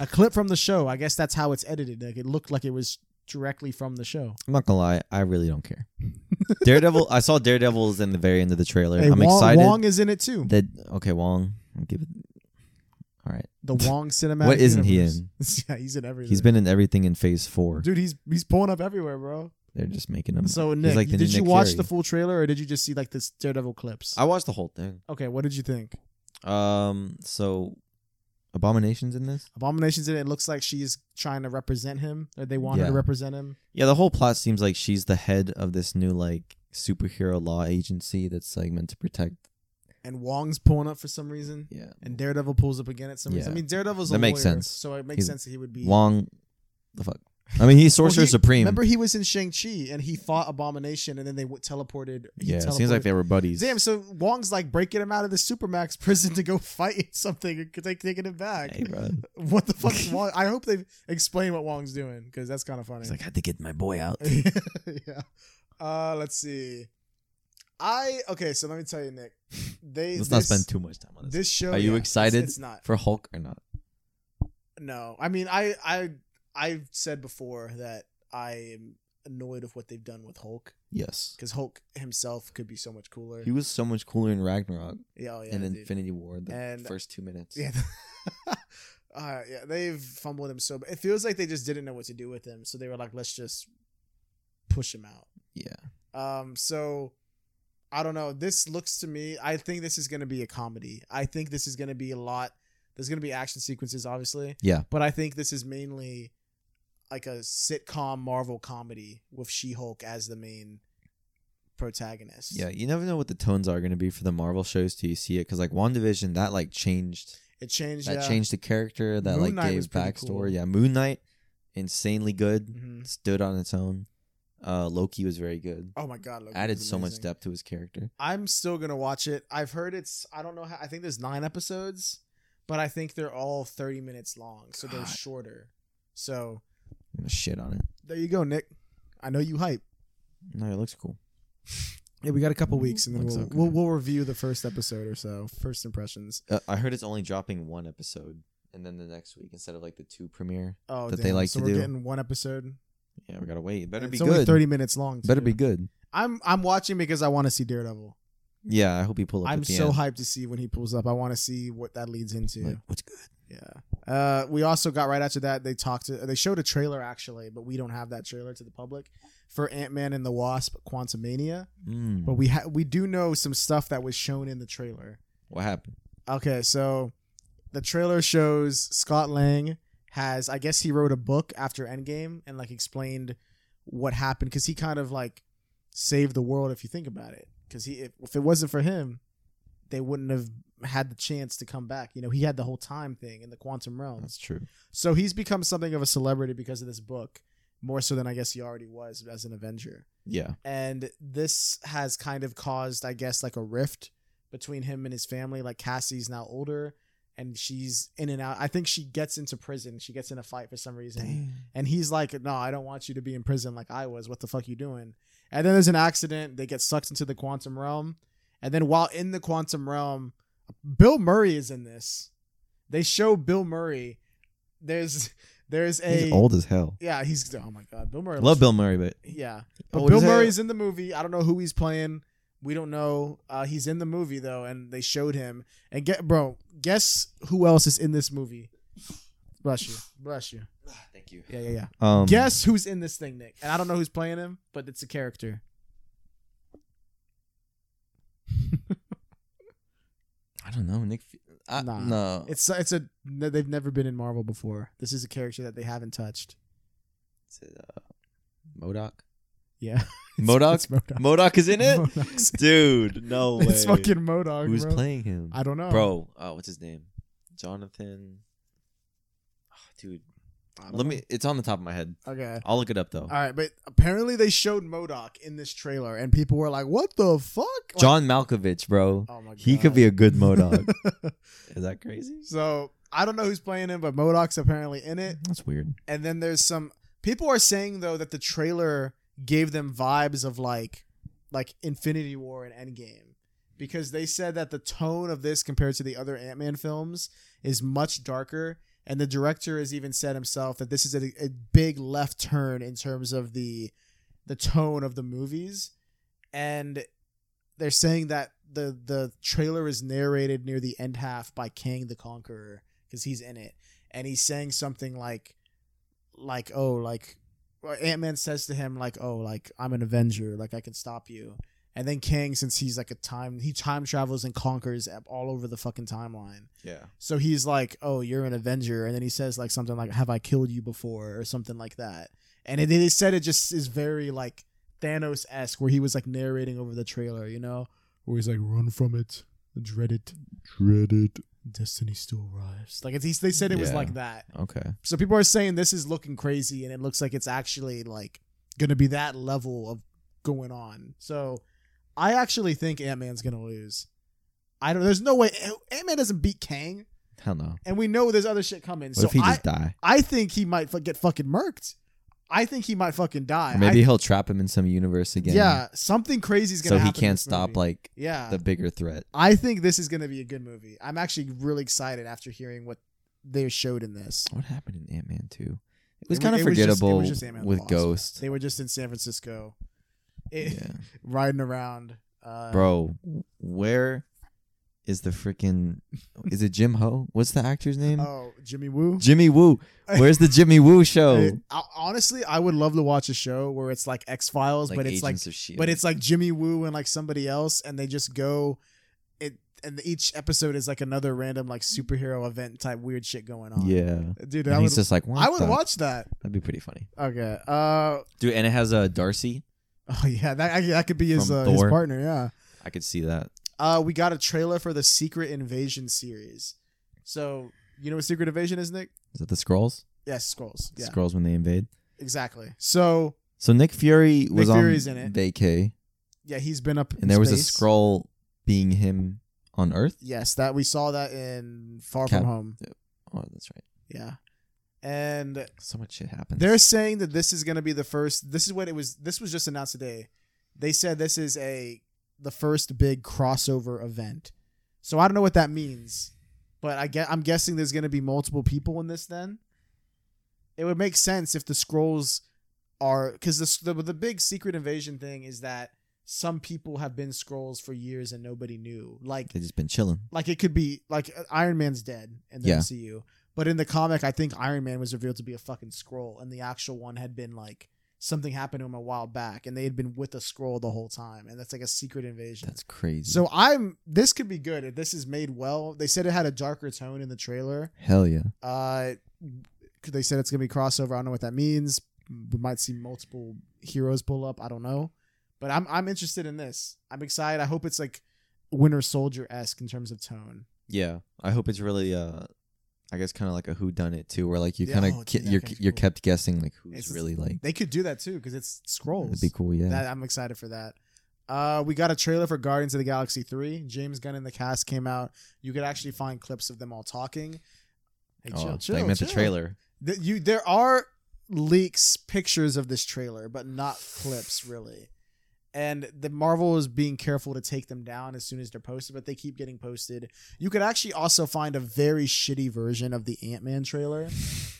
Speaker 2: a clip from the show. I guess that's how it's edited. Like it looked like it was directly from the show.
Speaker 1: I'm not gonna lie. I really don't care. Daredevil. I saw Daredevils in the very end of the trailer.
Speaker 2: Hey,
Speaker 1: I'm
Speaker 2: Wong,
Speaker 1: excited.
Speaker 2: Wong is in it too.
Speaker 1: that okay, Wong. I'll give it. All right.
Speaker 2: The Wong cinematic.
Speaker 1: What isn't he
Speaker 2: universe. yeah, he's in everything.
Speaker 1: He's been in everything in Phase Four.
Speaker 2: dude. He's he's pulling up everywhere, bro.
Speaker 1: They're just making him.
Speaker 2: So
Speaker 1: Um, he's
Speaker 2: Nick,
Speaker 1: like the
Speaker 2: did
Speaker 1: new
Speaker 2: you
Speaker 1: Nick
Speaker 2: watch
Speaker 1: Fury.
Speaker 2: the full trailer or did you just see like this Daredevil clips?
Speaker 1: I watched the whole thing.
Speaker 2: okay, what did you think?
Speaker 1: Um. So, Abomination's in this.
Speaker 2: Abomination's in it. It looks like she's trying to represent him, or they want her to
Speaker 1: Yeah.
Speaker 2: represent him.
Speaker 1: Yeah, the whole plot seems like she's the head of this new like superhero law agency that's like meant to protect.
Speaker 2: And Wong's pulling up for some reason,
Speaker 1: Yeah.
Speaker 2: and Daredevil pulls up again at some
Speaker 1: Yeah.
Speaker 2: reason. I mean, Daredevil's a
Speaker 1: That makes
Speaker 2: lawyer,
Speaker 1: sense.
Speaker 2: so it makes
Speaker 1: He's-
Speaker 2: sense that he would be.
Speaker 1: Wong, the fuck. I mean, he's
Speaker 2: Well,
Speaker 1: Sorcerer
Speaker 2: he-
Speaker 1: Supreme.
Speaker 2: Remember, he was in Shang Chi and he fought Abomination, and then they w- teleported. he
Speaker 1: yeah, it seems like
Speaker 2: teleported-
Speaker 1: they were buddies.
Speaker 2: Damn, so Wong's like breaking him out of the Supermax prison to go fight something and take, taking him back.
Speaker 1: Hey, bro.
Speaker 2: What the fuck is Wong? I hope they explain what Wong's doing because that's kind of funny.
Speaker 1: He's like, I had to get my boy out.
Speaker 2: yeah. Uh, let's see. I okay, so let me tell you, Nick. They
Speaker 1: Let's
Speaker 2: this,
Speaker 1: not spend too much time on this.
Speaker 2: this show.
Speaker 1: Are you
Speaker 2: yeah,
Speaker 1: excited?
Speaker 2: It's, it's not.
Speaker 1: For Hulk or not?
Speaker 2: No, I mean, I I I've said before that I am annoyed with what they've done with Hulk
Speaker 1: Yes.
Speaker 2: because Hulk himself could be so much cooler.
Speaker 1: He was so much cooler in Ragnarok
Speaker 2: yeah, oh, yeah,
Speaker 1: and
Speaker 2: dude.
Speaker 1: Infinity War. The
Speaker 2: And-
Speaker 1: first two minutes.
Speaker 2: Yeah. uh, yeah, they've fumbled him so. It feels like they just didn't know what to do with him, so they were like, "Let's just push him out."
Speaker 1: Yeah.
Speaker 2: Um, so I don't know. This looks to me. I think this is going to be a comedy. I think this is going to be a lot. There's going to be action sequences, obviously.
Speaker 1: Yeah.
Speaker 2: But I think this is mainly like a sitcom Marvel comedy with She-Hulk as the main protagonist.
Speaker 1: Yeah, you never know what the tones are going to be for the Marvel shows till you see it. Because like WandaVision, that like changed,
Speaker 2: it changed. uh,
Speaker 1: that
Speaker 2: yeah.
Speaker 1: changed the character, that
Speaker 2: Moon
Speaker 1: like
Speaker 2: Knight was
Speaker 1: gave
Speaker 2: pretty
Speaker 1: backstory.
Speaker 2: cool.
Speaker 1: Yeah, Moon Knight, insanely good,
Speaker 2: Mhm.
Speaker 1: stood on its own. Uh, Loki was very good,
Speaker 2: Oh my god! Loki
Speaker 1: added
Speaker 2: was
Speaker 1: so much
Speaker 2: amazing.
Speaker 1: depth to his character.
Speaker 2: I'm still gonna watch it. I've heard it's. I don't know how. I think there's nine episodes, but I think they're all 30 minutes long, so they're
Speaker 1: God.
Speaker 2: shorter. So
Speaker 1: I'm gonna shit on it.
Speaker 2: there you go, Nick. I know you hype.
Speaker 1: No, it looks cool.
Speaker 2: Yeah, we got a couple weeks, and then
Speaker 1: Looks
Speaker 2: we'll,
Speaker 1: okay.
Speaker 2: we'll we'll review the first episode or so, first impressions.
Speaker 1: Uh, I heard it's only dropping one episode, and then the next week instead of like the two premiere.
Speaker 2: Oh,
Speaker 1: That
Speaker 2: damn.
Speaker 1: they like
Speaker 2: so
Speaker 1: to
Speaker 2: we're
Speaker 1: do.
Speaker 2: getting one episode.
Speaker 1: Yeah, we gotta wait. It better
Speaker 2: it's
Speaker 1: be
Speaker 2: only
Speaker 1: good.
Speaker 2: 30 minutes long.
Speaker 1: better
Speaker 2: too.
Speaker 1: be good.
Speaker 2: I'm I'm watching because I want to see Daredevil.
Speaker 1: Yeah, I hope you pull up.
Speaker 2: I'm
Speaker 1: at the
Speaker 2: so
Speaker 1: end.
Speaker 2: hyped to see when he pulls up. I want to see what that leads into.
Speaker 1: Like, what's good?
Speaker 2: Yeah. Uh, we also got right after that. They talked. To, they showed a trailer actually, but we don't have that trailer to the public for Ant Man and the Wasp: Quantumania.
Speaker 1: Mm,
Speaker 2: But we ha- we do know some stuff that was shown in the trailer.
Speaker 1: what happened?
Speaker 2: Okay, so the trailer shows Scott Lang has I guess he wrote a book after Endgame and like explained what happened because he kind of like saved the world if you think about it because he if, if it wasn't for him they wouldn't have had the chance to come back. You know, he had the whole time thing in the quantum realm.
Speaker 1: That's true.
Speaker 2: So he's become something of a celebrity because of this book, more so than I guess he already was as an Avenger.
Speaker 1: Yeah.
Speaker 2: And this has kind of caused, I guess, like a rift between him and his family. Like Cassie's now older and she's in and out. I think she gets into prison. She gets in a fight for some reason. And he's like, No, I don't want you to be in prison like I was. What the fuck you doing? And then there's an accident. They get sucked into the quantum realm. And then while in the quantum realm, Bill Murray is in this. They show Bill Murray. There's there's a
Speaker 1: He's old as hell.
Speaker 2: yeah, he's oh my god, Bill Murray.
Speaker 1: Love Bill Murray, but
Speaker 2: Yeah, but
Speaker 1: old
Speaker 2: Bill
Speaker 1: as hell.
Speaker 2: Murray's in the movie. I don't know who he's playing. We don't know. Uh, he's in the movie though, and they showed him. And get bro, guess who else is in this movie? Bless you, bless you.
Speaker 1: Thank you.
Speaker 2: Yeah, yeah, yeah.
Speaker 1: Um,
Speaker 2: Guess who's in this thing, Nick? And I don't know who's playing him, but it's a character.
Speaker 1: I don't know. Nick. F- I,
Speaker 2: Nah.
Speaker 1: No.
Speaker 2: It's it's a no, they've never been in Marvel before. This is a character that they haven't touched.
Speaker 1: It's, uh, Modoc.
Speaker 2: Yeah, It's-
Speaker 1: Modoc?
Speaker 2: It's Modoc.
Speaker 1: Modoc is in it,
Speaker 2: Modoc's-
Speaker 1: dude. No way.
Speaker 2: It's fucking Modoc.
Speaker 1: Who's
Speaker 2: bro.
Speaker 1: playing him,
Speaker 2: I don't know,
Speaker 1: bro? Oh, what's his name? Jonathan. Ah, dude,
Speaker 2: I don't
Speaker 1: let
Speaker 2: know.
Speaker 1: me. Oh. It's on the top of my head.
Speaker 2: Okay.
Speaker 1: I'll look it up though.
Speaker 2: All right, but apparently they showed Modoc in this trailer, and people were like, "What the fuck?" Like-
Speaker 1: John Malkovich, bro.
Speaker 2: oh my god,
Speaker 1: he could be a good Modoc. is that crazy?
Speaker 2: so I don't know who's playing him, but Modoc's apparently in it.
Speaker 1: That's weird.
Speaker 2: And then there's some people are saying though that the trailer gave them vibes of like like Infinity War and Endgame because they said that the tone of this compared to the other Ant-Man films is much darker and the director has even said himself that this is a, a big left turn in terms of the the tone of the movies and they're saying that the the trailer is narrated near the end half by Kang the Conqueror cuz he's in it and he's saying something like like oh like Ant Man says to him like oh like I'm an Avenger like I can stop you, and then Kang since he's like a time he time travels and conquers ab- all over the fucking timeline.
Speaker 1: Yeah.
Speaker 2: So he's like oh you're an Avenger, and then he says like something like have I killed you before or something like that, and it, they said it just is very like Thanos esque where he was like narrating over the trailer you know where he's like run from it the dreaded
Speaker 1: Dreaded.
Speaker 2: destiny still arrives like it's, he's- they said it was
Speaker 1: Yeah.
Speaker 2: like that
Speaker 1: Okay.
Speaker 2: so people are saying this is looking crazy, and it looks like it's actually like going to be that level of going on. So I actually think Ant Man's going to lose. I don't. There's no way Ant Man doesn't beat Kang,
Speaker 1: Hell no. What
Speaker 2: and we know there's other shit coming. so
Speaker 1: if he
Speaker 2: I,
Speaker 1: just die?
Speaker 2: I think he might fu- get fucking murked. I think he might fucking die.
Speaker 1: Or maybe
Speaker 2: I,
Speaker 1: he'll trap him in some universe again.
Speaker 2: yeah, something crazy is going
Speaker 1: So
Speaker 2: to
Speaker 1: he
Speaker 2: happen. in
Speaker 1: can't
Speaker 2: this
Speaker 1: stop
Speaker 2: movie. Uh,
Speaker 1: like
Speaker 2: yeah.
Speaker 1: the bigger threat.
Speaker 2: I think this is going to be a good movie. I'm actually really excited after hearing what they showed in this.
Speaker 1: What happened in Ant Man two? It was
Speaker 2: It wa-
Speaker 1: kind of
Speaker 2: it was just- it was
Speaker 1: forgettable
Speaker 2: just Ant-Man and the
Speaker 1: with
Speaker 2: Wasp.
Speaker 1: Ghost.
Speaker 2: They were just in San Francisco, it,
Speaker 1: Yeah.
Speaker 2: riding around. Uh,
Speaker 1: Bro, where is the freaking? Is it Jim Ho? What's the actor's name?
Speaker 2: Oh, Jimmy Woo.
Speaker 1: Jimmy Woo. Where's the Jimmy Woo show?
Speaker 2: Hey, I- honestly, I would love to watch a show where it's like X Files, but it's like,
Speaker 1: Agents of Shield.
Speaker 2: but it's like Jimmy Woo and like somebody else, and they just go. It and each episode is like another random like superhero event type weird shit going on.
Speaker 1: yeah.
Speaker 2: dude,
Speaker 1: And
Speaker 2: I would,
Speaker 1: he's just like, what
Speaker 2: I would
Speaker 1: the-
Speaker 2: watch that.
Speaker 1: That'd be pretty funny,
Speaker 2: Okay. Uh.
Speaker 1: dude. And it has a uh, Darcy.
Speaker 2: Oh yeah, that actually, that could be his
Speaker 1: From
Speaker 2: uh, his
Speaker 1: Thor.
Speaker 2: partner. Yeah.
Speaker 1: I could see that.
Speaker 2: Uh, we got a trailer for the Secret Invasion series. So you know what Secret Invasion is, Nick?
Speaker 1: Is that the Scrolls?
Speaker 2: Yes, scrolls. Yeah,
Speaker 1: Scrolls when they invade.
Speaker 2: exactly. So
Speaker 1: So Nick Fury was
Speaker 2: Fury's
Speaker 1: on
Speaker 2: in it.
Speaker 1: vacay,
Speaker 2: yeah, he's been up. in
Speaker 1: and there was a
Speaker 2: space.
Speaker 1: scroll being him on Earth.
Speaker 2: Yes, that we saw that in Far
Speaker 1: Cap-
Speaker 2: From Home.
Speaker 1: Oh, that's right.
Speaker 2: Yeah, and
Speaker 1: So much shit happens.
Speaker 2: they're saying that this is going to be the first. This is what it was. This was just announced today. They said this is a the first big crossover event. So I don't know what that means, but I get. I'm guessing there's going to be multiple people in this. Then it would make sense if the scrolls are because the, the the big secret invasion thing is that some people have been scrolls for years and nobody knew. Like
Speaker 1: They've just been chilling.
Speaker 2: like it could be like uh, Iron Man's dead in the
Speaker 1: Yeah.
Speaker 2: MCU, but in the comic, I think Iron Man was revealed to be a fucking scroll, and the actual one had been like something happened to him a while back, and they had been with a scroll the whole time, and that's like a secret invasion.
Speaker 1: That's crazy.
Speaker 2: so I'm this could be good if this is made well. They said it had a darker tone in the trailer.
Speaker 1: hell yeah.
Speaker 2: Uh, they said it's gonna be crossover. I don't know what that means. We might see multiple heroes pull up. I don't know, but I'm I'm interested in this. I'm excited. I hope it's like Winter Soldier esque in terms of tone.
Speaker 1: Yeah, I hope it's really uh, I guess kind of like a who done it too, where like you
Speaker 2: Yeah,
Speaker 1: kind of
Speaker 2: oh, dude, that
Speaker 1: you're
Speaker 2: guy's
Speaker 1: you're
Speaker 2: cool.
Speaker 1: kept guessing like who's
Speaker 2: It's-
Speaker 1: really like.
Speaker 2: They could do that too because it's
Speaker 1: It'd
Speaker 2: scrolls.
Speaker 1: be cool, yeah.
Speaker 2: That I'm excited for that. Uh, we got a trailer for Guardians of the Galaxy three. James Gunn and the cast came out. You could actually find clips of them all talking. Hey,
Speaker 1: oh,
Speaker 2: chill, chill,
Speaker 1: I meant the
Speaker 2: chill.
Speaker 1: trailer.
Speaker 2: Th- you there are leaks pictures of this trailer but not clips really and the marvel is being careful to take them down as soon as they're posted but they keep getting posted you could actually also find a very shitty version of the ant-man trailer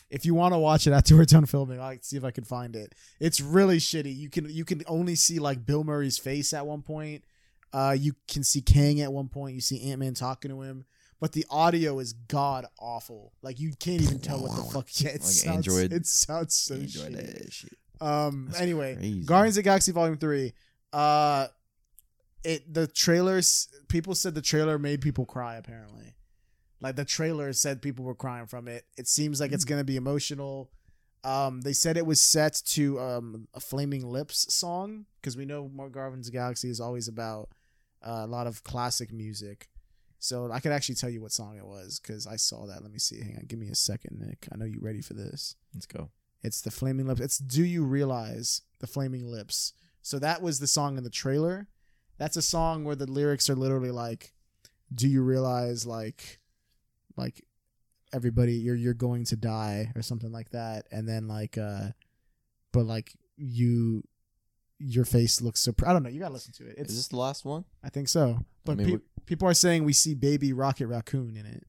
Speaker 2: if you want to watch it after we're done filming i'll see if i can find it it's really shitty you can you can only see like bill murray's face at one point uh you can see kang at one point you see ant-man talking to him but the audio is god awful like you can't even tell what the fuck yeah,
Speaker 1: Like
Speaker 2: it sounds
Speaker 1: Android-
Speaker 2: it sounds so
Speaker 1: Android,
Speaker 2: shitty
Speaker 1: eh, shit.
Speaker 2: um
Speaker 1: That's
Speaker 2: anyway
Speaker 1: crazy.
Speaker 2: Guardians of the Galaxy Volume Three. Uh, it the trailers. People said the trailer made people cry. Apparently, like the trailer said people were crying from it. It seems like it's gonna be emotional. Um, they said it was set to um a Flaming Lips song because we know Mark Garvin's Galaxy is always about uh, a lot of classic music. So I could actually tell you what song it was because I saw that. Let me see. Hang on, give me a second, Nick. I know you ready for this.
Speaker 1: Let's go.
Speaker 2: It's the Flaming Lips. It's Do You Realize the Flaming Lips. So that was the song in the trailer. That's a song where the lyrics are literally like, Do you realize like like everybody you're you're going to die or something like that. And then like uh but like you your face looks so pr- I don't know, you gotta listen to it. It's
Speaker 1: Is this the last one?
Speaker 2: I think so. But
Speaker 1: mean,
Speaker 2: peop
Speaker 1: what-
Speaker 2: people are saying we see baby Rocket Raccoon in it.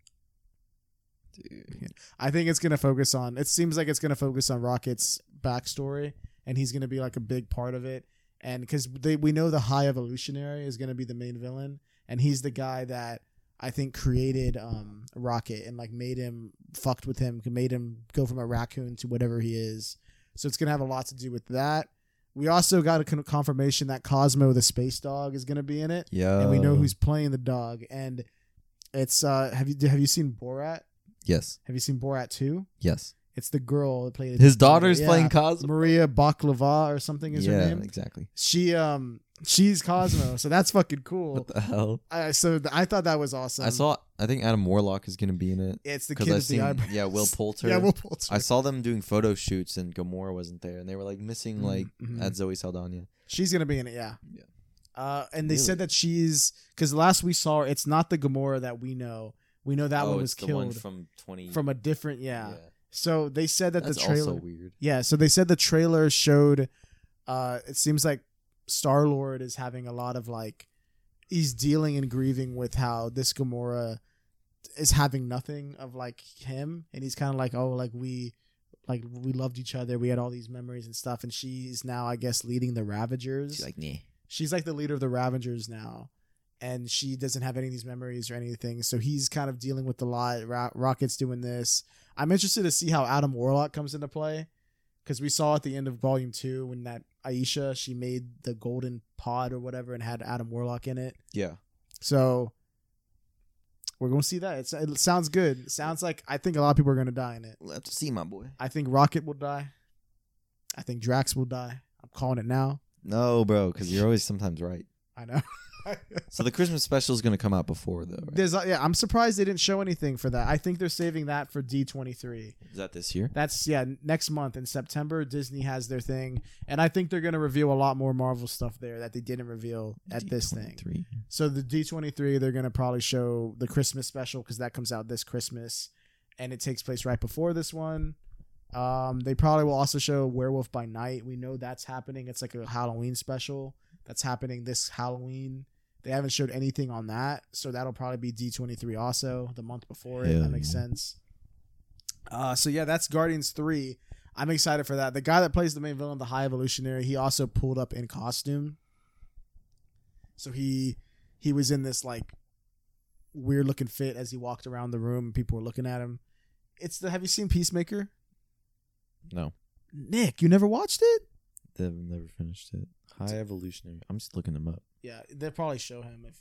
Speaker 1: Dude.
Speaker 2: I think it's gonna focus on. It seems like it's gonna focus on Rocket's backstory, and he's gonna be like a big part of it. And because we know the High Evolutionary is gonna be the main villain, and he's the guy that I think created um, Rocket and like made him fucked with him, made him go from a raccoon to whatever he is. So it's gonna have a lot to do with that. We also got a con- confirmation that Cosmo the space dog is gonna be in it,
Speaker 1: Yeah.
Speaker 2: and we know who's playing the dog. And it's uh, have you have you seen Borat?
Speaker 1: Yes.
Speaker 2: Have you seen Borat 2?
Speaker 1: Yes.
Speaker 2: It's the girl that played
Speaker 1: His daughter's
Speaker 2: Yeah.
Speaker 1: playing Cosmo.
Speaker 2: Maria Baklava or something is
Speaker 1: Yeah,
Speaker 2: her name.
Speaker 1: exactly.
Speaker 2: She um she's Cosmo, so that's fucking cool.
Speaker 1: What the hell?
Speaker 2: I, so th- I thought that was awesome.
Speaker 1: I saw. I think Adam Warlock is gonna be in it
Speaker 2: it's the kid
Speaker 1: because I
Speaker 2: with the
Speaker 1: seen.
Speaker 2: eyebrows.
Speaker 1: Yeah, Will Poulter.
Speaker 2: Yeah, Will Poulter.
Speaker 1: I saw them doing photo shoots and Gamora wasn't there, and they were like missing
Speaker 2: Mhm,
Speaker 1: like
Speaker 2: mhm.
Speaker 1: at Zoe Saldana.
Speaker 2: she's gonna be in it. Yeah.
Speaker 1: Yeah.
Speaker 2: Uh, and they
Speaker 1: Really?
Speaker 2: said that she's because last we saw her, it's not the Gamora that we know. We know that
Speaker 1: oh,
Speaker 2: one
Speaker 1: it's
Speaker 2: was
Speaker 1: the one
Speaker 2: killed from,
Speaker 1: from twenty.
Speaker 2: a different yeah. So they said that
Speaker 1: that's
Speaker 2: the trailer.
Speaker 1: also weird.
Speaker 2: Yeah, so they said the trailer showed uh it seems like Star Lord is having a lot of like he's dealing and grieving with how this Gamora is having nothing of like him and he's kind of like oh like we like we loved each other we had all these memories and stuff and she's now I guess leading the Ravagers
Speaker 1: She's like, nah.
Speaker 2: she's like the leader of the Ravagers now, and she doesn't have any of these memories or anything. So he's kind of dealing with a lot. Ro- Rocket's doing this. I'm interested to see how Adam Warlock comes into play, because we saw at the end of Volume Two when that Aisha she made the golden pod or whatever and had Adam Warlock in it.
Speaker 1: Yeah.
Speaker 2: So we're gonna see that. It's, it sounds good. It sounds like I think a lot of people are gonna die in it.
Speaker 1: We'll have to see, my boy.
Speaker 2: I think Rocket will die. I think Drax will die. I'm calling it now.
Speaker 1: No, bro, because you're always sometimes right.
Speaker 2: I know.
Speaker 1: So the Christmas special is gonna come out before though. Right?
Speaker 2: There's uh, yeah, I'm surprised they didn't show anything for that. I think they're saving that for D23.
Speaker 1: Is that this year?
Speaker 2: That's yeah, next month in September Disney has their thing and I think they're going to reveal a lot more Marvel stuff there that they didn't reveil at this thing.
Speaker 1: Three.
Speaker 2: So the D23 they're going to probably show the Christmas special cuz that comes out this Christmas and it takes place right before this one. Um, they probably will also show Werewolf by Night. We know that's happening. It's like a Halloween special that's happening this Halloween. They haven't showed anything on that, so that'll probably be D23 also the month before it.
Speaker 1: Hell
Speaker 2: That makes
Speaker 1: yeah.
Speaker 2: sense. Uh, so yeah, that's Guardians three. I'm excited for that. The guy that plays the main villain, the High Evolutionary, he also pulled up in costume. So he he was in this like weird looking fit as he walked around the room. People were looking at him. It's the Have you seen Peacemaker?
Speaker 1: No,
Speaker 2: Nick, you never watched it?
Speaker 1: they've never finished it. High evolutionary. I'm just looking them up.
Speaker 2: Yeah, they'll probably show him if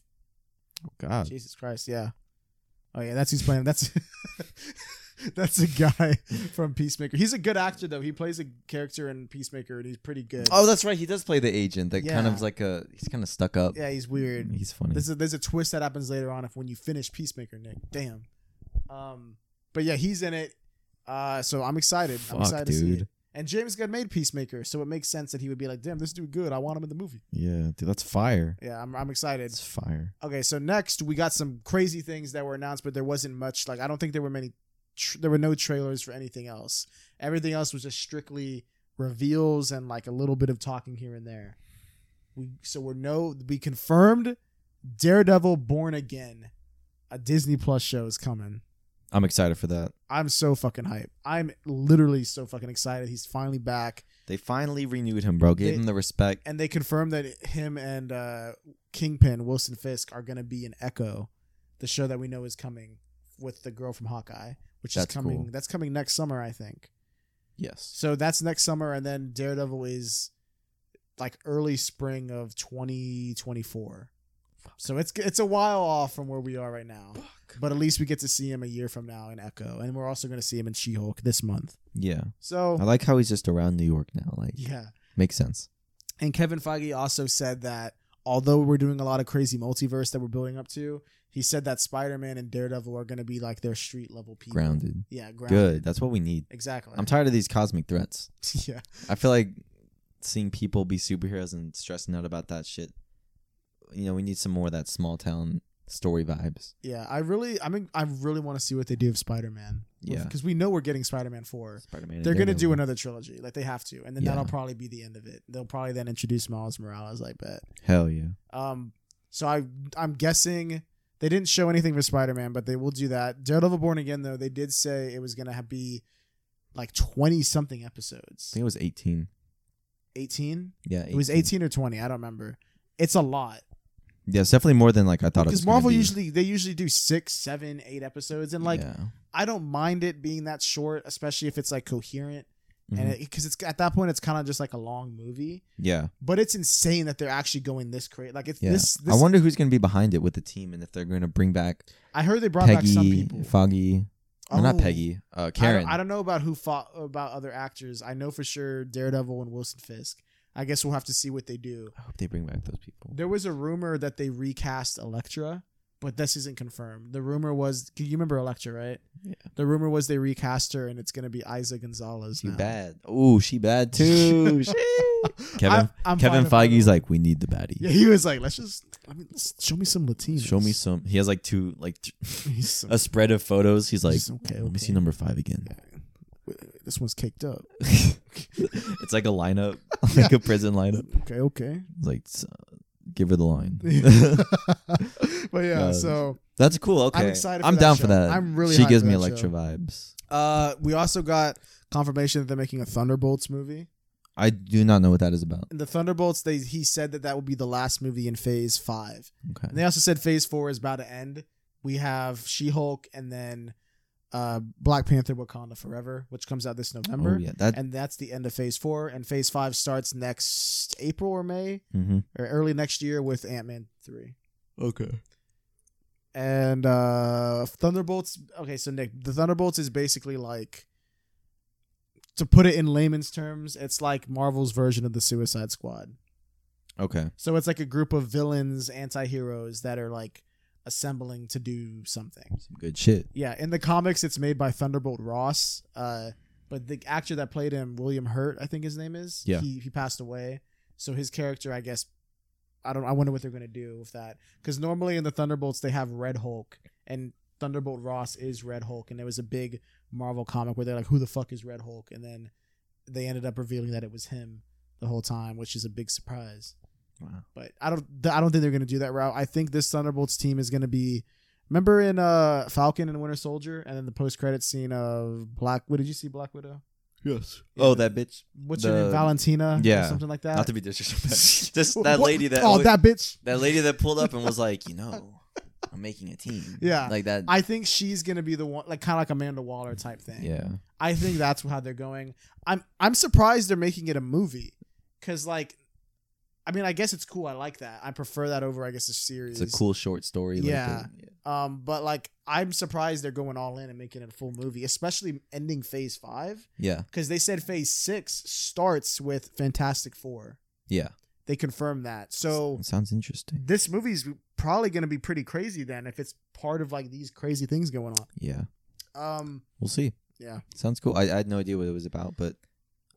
Speaker 1: Oh God.
Speaker 2: Uh, Jesus Christ, yeah. Oh yeah, that's who's playing. That's That's a guy from Peacemaker. He's a good actor though. He plays a character in Peacemaker, and he's pretty good.
Speaker 3: Oh, that's right. He does play the agent that kind
Speaker 2: Yeah.
Speaker 3: of is like a he's kind of stuck up.
Speaker 2: yeah, he's weird.
Speaker 1: He's funny.
Speaker 2: There's a there's a twist that happens later on if when you finish Peacemaker, Nick. Damn. Um, but yeah, he's in it. Uh, so I'm excited. I'm
Speaker 1: Fuck,
Speaker 2: excited to see
Speaker 1: dude.
Speaker 2: it. And James Gunn made Peacemaker, so it makes sense that he would be like, "Damn, this dude good. I want him in the movie."
Speaker 1: Yeah, dude, that's fire.
Speaker 2: Yeah, I'm I'm excited.
Speaker 1: It's fire.
Speaker 2: Okay, so next we got some crazy things that were announced, but there wasn't much. Like I don't think there were many. Tr- there were no trailers for anything else. Everything else was just strictly reveals and like a little bit of talking here and there. We so we're no we confirmed Daredevil Born Again, a Disney Plus show is coming.
Speaker 1: I'm excited for that.
Speaker 2: I'm so fucking hype. I'm literally so fucking excited. He's finally back,
Speaker 1: They finally renewed him, bro. Gave
Speaker 2: They-
Speaker 1: him the respect.
Speaker 2: and they confirmed that him and uh, Kingpin Wilson Fisk are gonna be in Echo, the show that we know is coming with the girl from Hawkeye, which
Speaker 1: That's
Speaker 2: is coming.
Speaker 1: cool.
Speaker 2: That's coming next summer, I think.
Speaker 1: Yes.
Speaker 2: So that's next summer, and then Daredevil is like early spring of 2024. So it's it's a while off from where we are right now, but at least we get to see him a year from now in Echo, and we're also gonna see him in She Hulk this month.
Speaker 1: Yeah.
Speaker 2: So
Speaker 1: I like how he's just around New York now. Like,
Speaker 2: Oh. yeah.
Speaker 1: makes sense.
Speaker 2: And Kevin Feige also said that although we're doing a lot of crazy multiverse that we're building up to, he said that Spider Man and Daredevil are going to be like their street level people.
Speaker 1: Grounded.
Speaker 2: Yeah, grounded.
Speaker 1: Good. That's what we need.
Speaker 2: Exactly.
Speaker 1: I'm tired of these cosmic threats.
Speaker 2: yeah.
Speaker 1: I feel like seeing people be superheroes and stressing out about that shit. You know, we need some more of that small town story vibes.
Speaker 2: Yeah. I really, I mean, I really want to see what they do with Spider Man.
Speaker 1: Yeah.
Speaker 2: Because we know we're getting Spider Man 4.
Speaker 1: Spider-Man. and
Speaker 2: They're going to do
Speaker 1: Daredevil.
Speaker 2: another trilogy. Like they have to. And then
Speaker 1: Yeah.
Speaker 2: that'll probably be the end of it. They'll probably then introduce Miles Morales, I bet.
Speaker 1: Hell yeah.
Speaker 2: Um, so I I'm guessing they didn't show anything for Spider Man, but they will do that. Daredevil Born Again though they did say it was gonna have be like twenty something
Speaker 1: I
Speaker 2: episodes.
Speaker 1: think it was 18.
Speaker 2: Eighteen?
Speaker 1: Yeah.
Speaker 2: It was eighteen or twenty. I don't remember. It's a lot
Speaker 1: Yeah, it's definitely more than like I thought it was.
Speaker 2: because
Speaker 1: gonna
Speaker 2: Marvel
Speaker 1: be.
Speaker 2: usually they usually do six, seven, eight episodes, and like
Speaker 1: Yeah.
Speaker 2: I don't mind it being that short, especially if it's like coherent.
Speaker 1: Mhm.
Speaker 2: And because it's at that point, it's kind of just like a long movie,
Speaker 1: yeah.
Speaker 2: but it's insane that they're actually going this crazy. Like it's
Speaker 1: Yeah.
Speaker 2: this. this I,
Speaker 1: I wonder who's going to be behind it with the team and if they're going to bring back
Speaker 2: heard they brought back some
Speaker 1: Peggy,
Speaker 2: people.
Speaker 1: Foggy. or not
Speaker 2: Oh.
Speaker 1: Peggy. Uh,
Speaker 2: I don't-
Speaker 1: Karen.
Speaker 2: I don't, know about who fought about other actors. I know for sure Daredevil and Wilson Fisk. I guess we'll have to see what they do.
Speaker 1: I hope they bring back those people.
Speaker 2: There was a rumor that they recast Elektra, but this isn't confirmed. The rumor was, you remember Elektra, right?
Speaker 1: Yeah.
Speaker 2: The rumor was they recast her, and it's gonna be Isa Gonzalez.
Speaker 1: She
Speaker 2: now.
Speaker 1: bad. Oh, she bad too. Shit. Kevin
Speaker 2: I- I'm
Speaker 1: Kevin
Speaker 2: fine if I
Speaker 1: Feige's
Speaker 2: don't-
Speaker 1: like, we need the baddie.
Speaker 2: Yeah, he was like, let's just, I mean, let's show me some Latinos.
Speaker 1: Show me some. He has like two, like th-
Speaker 2: He's some-
Speaker 1: a spread of photos. He's like,
Speaker 2: he's okay,
Speaker 1: let me
Speaker 2: okay.
Speaker 1: see number five again.
Speaker 2: This one's caked up.
Speaker 1: it's like a lineup, like a prison lineup.
Speaker 2: Okay, okay.
Speaker 1: It's like, s- give her the line.
Speaker 2: but yeah,
Speaker 1: Uh,
Speaker 2: so
Speaker 1: That's cool. Okay,
Speaker 2: I'm excited for
Speaker 1: I'm
Speaker 2: that
Speaker 1: down
Speaker 2: show.
Speaker 1: for that.
Speaker 2: I'm really
Speaker 1: She
Speaker 2: hyped
Speaker 1: gives
Speaker 2: for
Speaker 1: me
Speaker 2: that
Speaker 1: Electra
Speaker 2: show.
Speaker 1: vibes.
Speaker 2: Uh, we also got confirmation that they're making a Thunderbolts movie.
Speaker 1: I do not know what that is about.
Speaker 2: And the Thunderbolts, they he said that that will be the last movie in Phase Five.
Speaker 1: Okay.
Speaker 2: And they also said Phase Four is about to end. We have She Hulk and then uh, Black Panther: Wakanda Forever, which comes out this November.
Speaker 1: Oh yeah, that.
Speaker 2: And that's the end of Phase Four. And Phase Five starts next April or May
Speaker 1: mhm.
Speaker 2: or early next year with Ant Man Three.
Speaker 1: Okay.
Speaker 2: and uh Thunderbolts. Okay, so Nick, the Thunderbolts is basically like to put it in layman's terms, it's like Marvel's version of the Suicide Squad.
Speaker 1: Okay.
Speaker 2: So it's like a group of villains, anti-heroes that are like assembling to do something.
Speaker 1: Some good shit.
Speaker 2: Yeah, in the comics it's made by Thunderbolt Ross, uh but the actor that played him, William Hurt, I think his name is,
Speaker 1: Yeah.
Speaker 2: he he passed away. So his character, I guess I don't I wonder what they're going to do with that cuz normally in the Thunderbolts they have Red Hulk and Thunderbolt Ross is Red Hulk and there was a big Marvel comic where they're like who the fuck is Red Hulk and then they ended up revealing that it was him the whole time, which is a big surprise
Speaker 1: Wow.
Speaker 2: but I don't th- I don't think they're going to do that route. I think this Thunderbolts team is going to be remember in uh Falcon and Winter Soldier and then the post credit scene of Black What did you see Black Widow?
Speaker 1: Yes. Oh, that bitch.
Speaker 2: What's
Speaker 1: The-
Speaker 2: her name? Valentina
Speaker 1: yeah.
Speaker 2: or something like that.
Speaker 1: Not to be disrespectful. Just
Speaker 2: Wh-
Speaker 1: that
Speaker 2: what-
Speaker 1: lady that
Speaker 2: Oh,
Speaker 1: always-
Speaker 2: that bitch.
Speaker 1: that lady that pulled up and was like, you know, I'm making a team.
Speaker 2: Yeah.
Speaker 1: Like that.
Speaker 2: I think she's going to be the one like kind of like Amanda Waller type thing.
Speaker 1: yeah.
Speaker 2: I think that's how they're going. I'm I'm surprised they're making it a movie cuz like I mean, I guess it's cool. I like that. I prefer that over, I guess, a series.
Speaker 1: It's a cool short story. like,
Speaker 2: Yeah.
Speaker 1: uh,
Speaker 2: Um, but like, I'm surprised they're going all in and making it a full movie, especially ending Phase Five,
Speaker 1: yeah.
Speaker 2: because they said Phase Six starts with Fantastic Four.
Speaker 1: Yeah.
Speaker 2: They confirmed that. So
Speaker 1: It sounds interesting.
Speaker 2: this movie's probably going to be pretty crazy then, if it's part of like these crazy things going
Speaker 1: Yeah.
Speaker 2: on. Um,
Speaker 1: We'll see.
Speaker 2: yeah,
Speaker 1: Sounds cool. I, I had no idea what it was about, but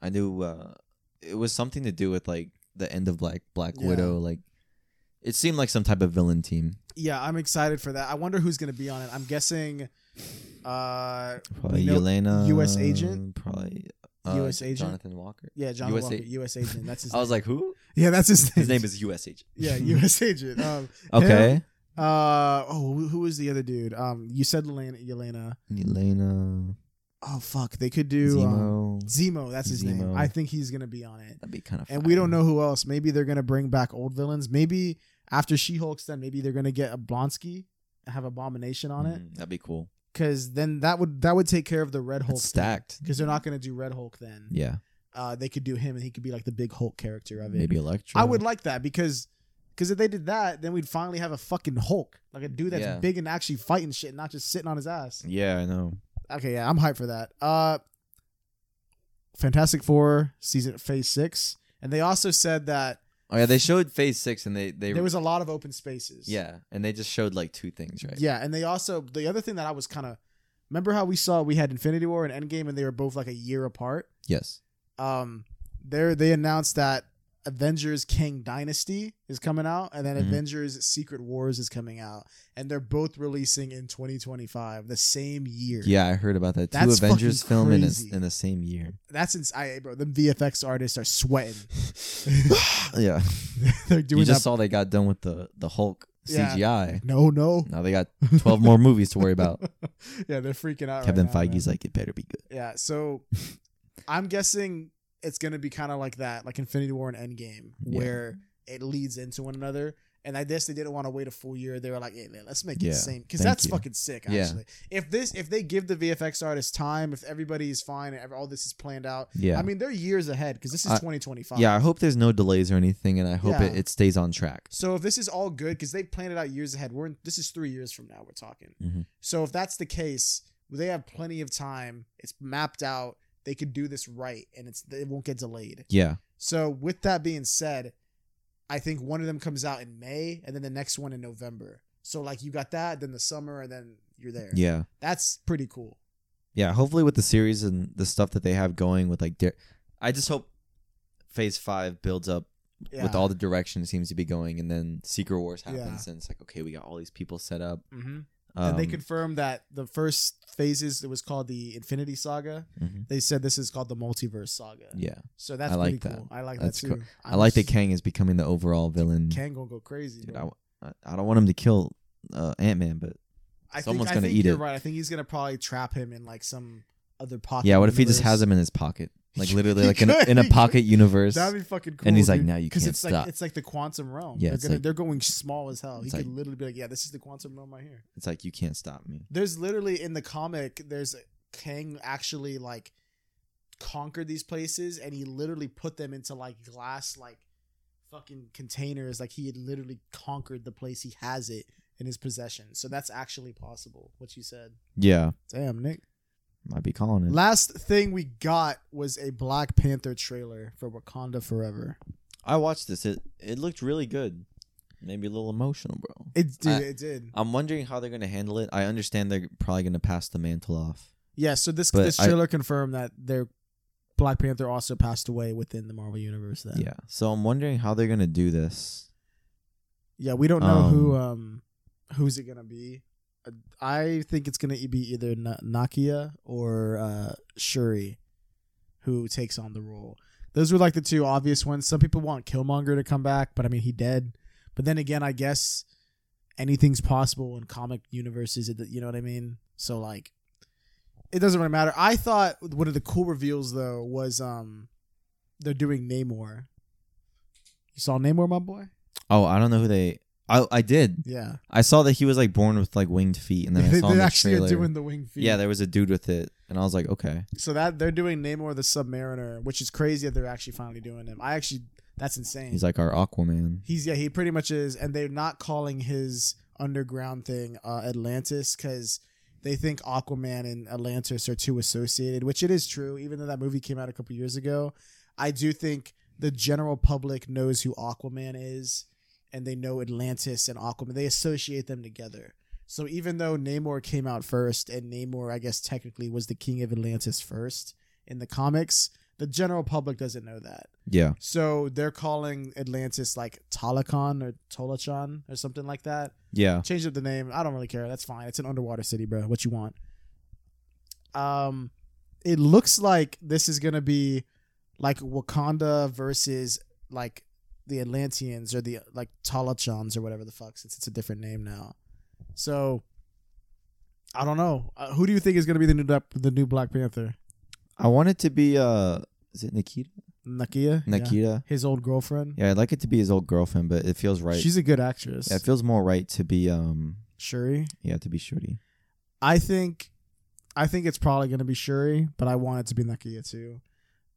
Speaker 1: I knew uh, it was something to do with like the end of Black Black
Speaker 2: Yeah.
Speaker 1: Widow. Like it seemed like some type of villain team.
Speaker 2: yeah, I'm excited for that. I wonder who's going to be on it. I'm guessing, uh,
Speaker 1: Probably
Speaker 2: know-
Speaker 1: Yelena,
Speaker 2: US agent?
Speaker 1: Probably uh,
Speaker 2: US agent?
Speaker 1: Jonathan Walker.
Speaker 2: yeah, John
Speaker 1: US
Speaker 2: Walker,
Speaker 1: a-
Speaker 2: U.S. agent. That's his.
Speaker 1: I
Speaker 2: name.
Speaker 1: was like, who?
Speaker 2: yeah, that's his name.
Speaker 1: His name is U.S. agent.
Speaker 2: yeah, U.S. agent. Um,
Speaker 1: Okay.
Speaker 2: Uh oh, who- who was the other dude? Um, you said Elena. Elena.
Speaker 1: Yelena
Speaker 2: Oh fuck, they could do um,
Speaker 1: Zemo.
Speaker 2: Zemo. That's his name.
Speaker 1: Zemo.
Speaker 2: I think he's gonna be on it,
Speaker 1: That'd be kind of.
Speaker 2: and we don't know who else. Maybe they're gonna bring back old villains. Maybe after She Hulk's done, maybe they're gonna get a Blonsky, have Abomination on it,
Speaker 1: Mm, That'd be cool.
Speaker 2: because then that would that would take care of the Red
Speaker 1: Mm-hmm.
Speaker 2: Hulk.
Speaker 1: That's stacked.
Speaker 2: Because they're not gonna do Red Hulk then.
Speaker 1: Yeah.
Speaker 2: Uh, they could do him, and he could be like the big Hulk character of it.
Speaker 1: Maybe Electro.
Speaker 2: I would like that because because if they did that, then we'd finally have a fucking Hulk, like a dude that's
Speaker 1: Yeah.
Speaker 2: big and actually fighting shit, and not just sitting on his ass.
Speaker 1: Yeah, I know.
Speaker 2: Okay, yeah, I'm hyped for that. Uh, Fantastic Four season phase six, and they also said that
Speaker 1: Oh yeah, they showed Phase Six, and they they
Speaker 2: there was a lot of open spaces.
Speaker 1: yeah, and they just showed like two things, right?
Speaker 2: yeah, and they also the other thing that I was kind of remember how we saw we had Infinity War and Endgame, and they were both like a year apart.
Speaker 1: Yes.
Speaker 2: Um, there they announced that Avengers Kang Dynasty is coming out, and then
Speaker 1: Mhm.
Speaker 2: Avengers Secret Wars is coming out, and they're both releasing in 2025, the same year.
Speaker 1: Yeah, I heard about that.
Speaker 2: That's
Speaker 1: two Avengers
Speaker 2: fucking
Speaker 1: film in, a,
Speaker 2: crazy.
Speaker 1: in the same year.
Speaker 2: that's ins- I, bro. The VFX artists are sweating.
Speaker 1: yeah,
Speaker 2: they're doing
Speaker 1: you
Speaker 2: that
Speaker 1: just saw they got done with the the Hulk
Speaker 2: Yeah.
Speaker 1: CGI.
Speaker 2: No, no.
Speaker 1: Now they got twelve more movies to worry about.
Speaker 2: yeah, they're freaking out.
Speaker 1: Kevin
Speaker 2: right now,
Speaker 1: Feige's
Speaker 2: man.
Speaker 1: like, it better be good.
Speaker 2: yeah. So I'm guessing it's gonna be kind of like that, like Infinity War and Endgame,
Speaker 1: Yeah.
Speaker 2: where it leads into one another. And I guess they didn't want to wait a full year. They were like, "Hey man, let's make it
Speaker 1: Yeah,
Speaker 2: the same," because
Speaker 1: thank
Speaker 2: that's
Speaker 1: you.
Speaker 2: fucking sick.
Speaker 1: Yeah.
Speaker 2: Actually, if this, if they give the VFX artists time, if everybody is fine and ev- all this is planned out,
Speaker 1: Yeah,
Speaker 2: I mean they're years ahead because this is
Speaker 1: I-
Speaker 2: 2025.
Speaker 1: yeah. I hope there's no delays or anything, and I hope it,
Speaker 2: Yeah.
Speaker 1: it stays on track.
Speaker 2: So if this is all good, because they planned it out years ahead, we're in, this is three years from now. We're talking.
Speaker 1: Mhm.
Speaker 2: So if that's the case, they have plenty of time. It's mapped out. They could do this right, and it's it won't get delayed.
Speaker 1: Yeah,
Speaker 2: So with that being said, I think one of them comes out in May, and then the next one in November. So like you got that, then the summer, and then you're there.
Speaker 1: yeah,
Speaker 2: that's pretty cool.
Speaker 1: yeah. Hopefully, with the series and the stuff that they have going with like, Dare- I just hope Phase Five builds up
Speaker 2: Yeah.
Speaker 1: with all the direction it seems to be going, and then Secret Wars happens,
Speaker 2: Yeah.
Speaker 1: and it's like, okay, we got all these people set up.
Speaker 2: hmm
Speaker 1: Um,
Speaker 2: and they confirmed that the first phases it was called the Infinity Saga.
Speaker 1: mhm.
Speaker 2: They said this is called the Multiverse Saga.
Speaker 1: Yeah,
Speaker 2: So that's
Speaker 1: I like
Speaker 2: pretty cool. uh, I like
Speaker 1: That's
Speaker 2: that
Speaker 1: cool.
Speaker 2: too.
Speaker 1: i like that
Speaker 2: the
Speaker 1: Kang is becoming the overall villain.
Speaker 2: Kang gonna go crazy.
Speaker 1: Dude,
Speaker 2: bro.
Speaker 1: I, I- I don't want him to kill uh, Ant Man, but
Speaker 2: I think,
Speaker 1: someone's
Speaker 2: I
Speaker 1: gonna
Speaker 2: think
Speaker 1: eat
Speaker 2: you're
Speaker 1: it.
Speaker 2: Right. I think he's gonna probably trap him in like some other pocket.
Speaker 1: yeah, what if he just
Speaker 2: universe.
Speaker 1: has him in his pocket, like literally,
Speaker 2: He
Speaker 1: like in a,
Speaker 2: could,
Speaker 1: in a
Speaker 2: he could.
Speaker 1: pocket universe?
Speaker 2: That'd be fucking cool.
Speaker 1: And he's like,
Speaker 2: dude.
Speaker 1: "Now you
Speaker 2: 'Cause
Speaker 1: can't
Speaker 2: it's
Speaker 1: stop."
Speaker 2: Like, it's like the quantum realm.
Speaker 1: Yeah,
Speaker 2: they're,
Speaker 1: it's
Speaker 2: gonna,
Speaker 1: like-
Speaker 2: they're going small as hell. He
Speaker 1: It's
Speaker 2: could
Speaker 1: like-
Speaker 2: literally be like, yeah, this is the quantum realm right here.
Speaker 1: It's like you can't stop me.
Speaker 2: There's literally in the comic, there's Kang actually like conquered these places, and he literally put them into like glass like fucking containers. Like he had literally conquered the place. He has it in his possession, so that's actually possible. What you said.
Speaker 1: Yeah,
Speaker 2: Damn, Nick.
Speaker 1: might be calling it.
Speaker 2: Last thing we got was a Black Panther trailer for Wakanda Forever.
Speaker 1: I watched this. It it looked really good. Maybe a little emotional, bro.
Speaker 2: It did.
Speaker 1: I-
Speaker 2: it did.
Speaker 1: I'm wondering how they're gonna handle it. I understand they're probably gonna pass the mantle off.
Speaker 2: Yeah. So this
Speaker 1: but
Speaker 2: this
Speaker 1: I-
Speaker 2: trailer confirmed that their Black Panther also passed away within the Marvel universe. Then.
Speaker 1: Yeah. So I'm wondering how they're gonna do this.
Speaker 2: Yeah. We don't know who
Speaker 1: Um,
Speaker 2: um who's it gonna be. Uh, I think it's gonna e-, be either Na- Nakia or uh, Shuri, who takes on the role. Those were like the two obvious ones. Some people want Killmonger to come back, but I mean he dead. But then again, I guess anything's possible in comic universes. it- You know what I mean? So like, it doesn't really matter. I thought one of the cool reveals though was um, they're doing Namor. You saw Namor, my boy?
Speaker 1: Oh, I don't know who they. I I did.
Speaker 2: Yeah.
Speaker 1: I saw that he was like born with like winged feet, and then I
Speaker 2: they
Speaker 1: saw in
Speaker 2: they
Speaker 1: the
Speaker 2: actually
Speaker 1: trailer.
Speaker 2: are doing the wing feet.
Speaker 1: Yeah, there was a dude with it, and I was like, okay.
Speaker 2: so that they're doing Namor the Submariner, which is crazy that they're actually finally doing him. I actually That's insane.
Speaker 1: He's like our Aquaman.
Speaker 2: He's yeah, he pretty much is, and they're not calling his underground thing uh, Atlantis because they think Aquaman and Atlantis are too associated, which it is true. Even though that movie came out a couple years ago, I do think the general public knows who Aquaman is, and they know Atlantis and Aquaman. They associate them together. So even though Namor came out first, and Namor, I guess technically was the king of Atlantis first in the comics, the general public doesn't know that.
Speaker 1: Yeah.
Speaker 2: So they're calling Atlantis like Talakon or Tolachan or something like that.
Speaker 1: Yeah.
Speaker 2: Change up the name. I don't really care. That's fine. It's an underwater city, bro. What you want? Um, it looks like this is gonna be like Wakanda versus like the Atlanteans or the like Talachans or whatever the fuck, since it's a different name now. So I don't know. Uh, who do you think is gonna be the new Dap- the new Black Panther?
Speaker 1: I want it to be uh is it Nikita?
Speaker 2: Nakia. Yeah.
Speaker 1: Nikita.
Speaker 2: His old girlfriend.
Speaker 1: Yeah. I'd like it to be his old girlfriend, but it feels right.
Speaker 2: She's a good actress.
Speaker 1: yeah, it feels more right to be um
Speaker 2: Shuri.
Speaker 1: yeah, to be Shuri.
Speaker 2: I think, I think it's probably going to be Shuri, but I want it to be Nakia too.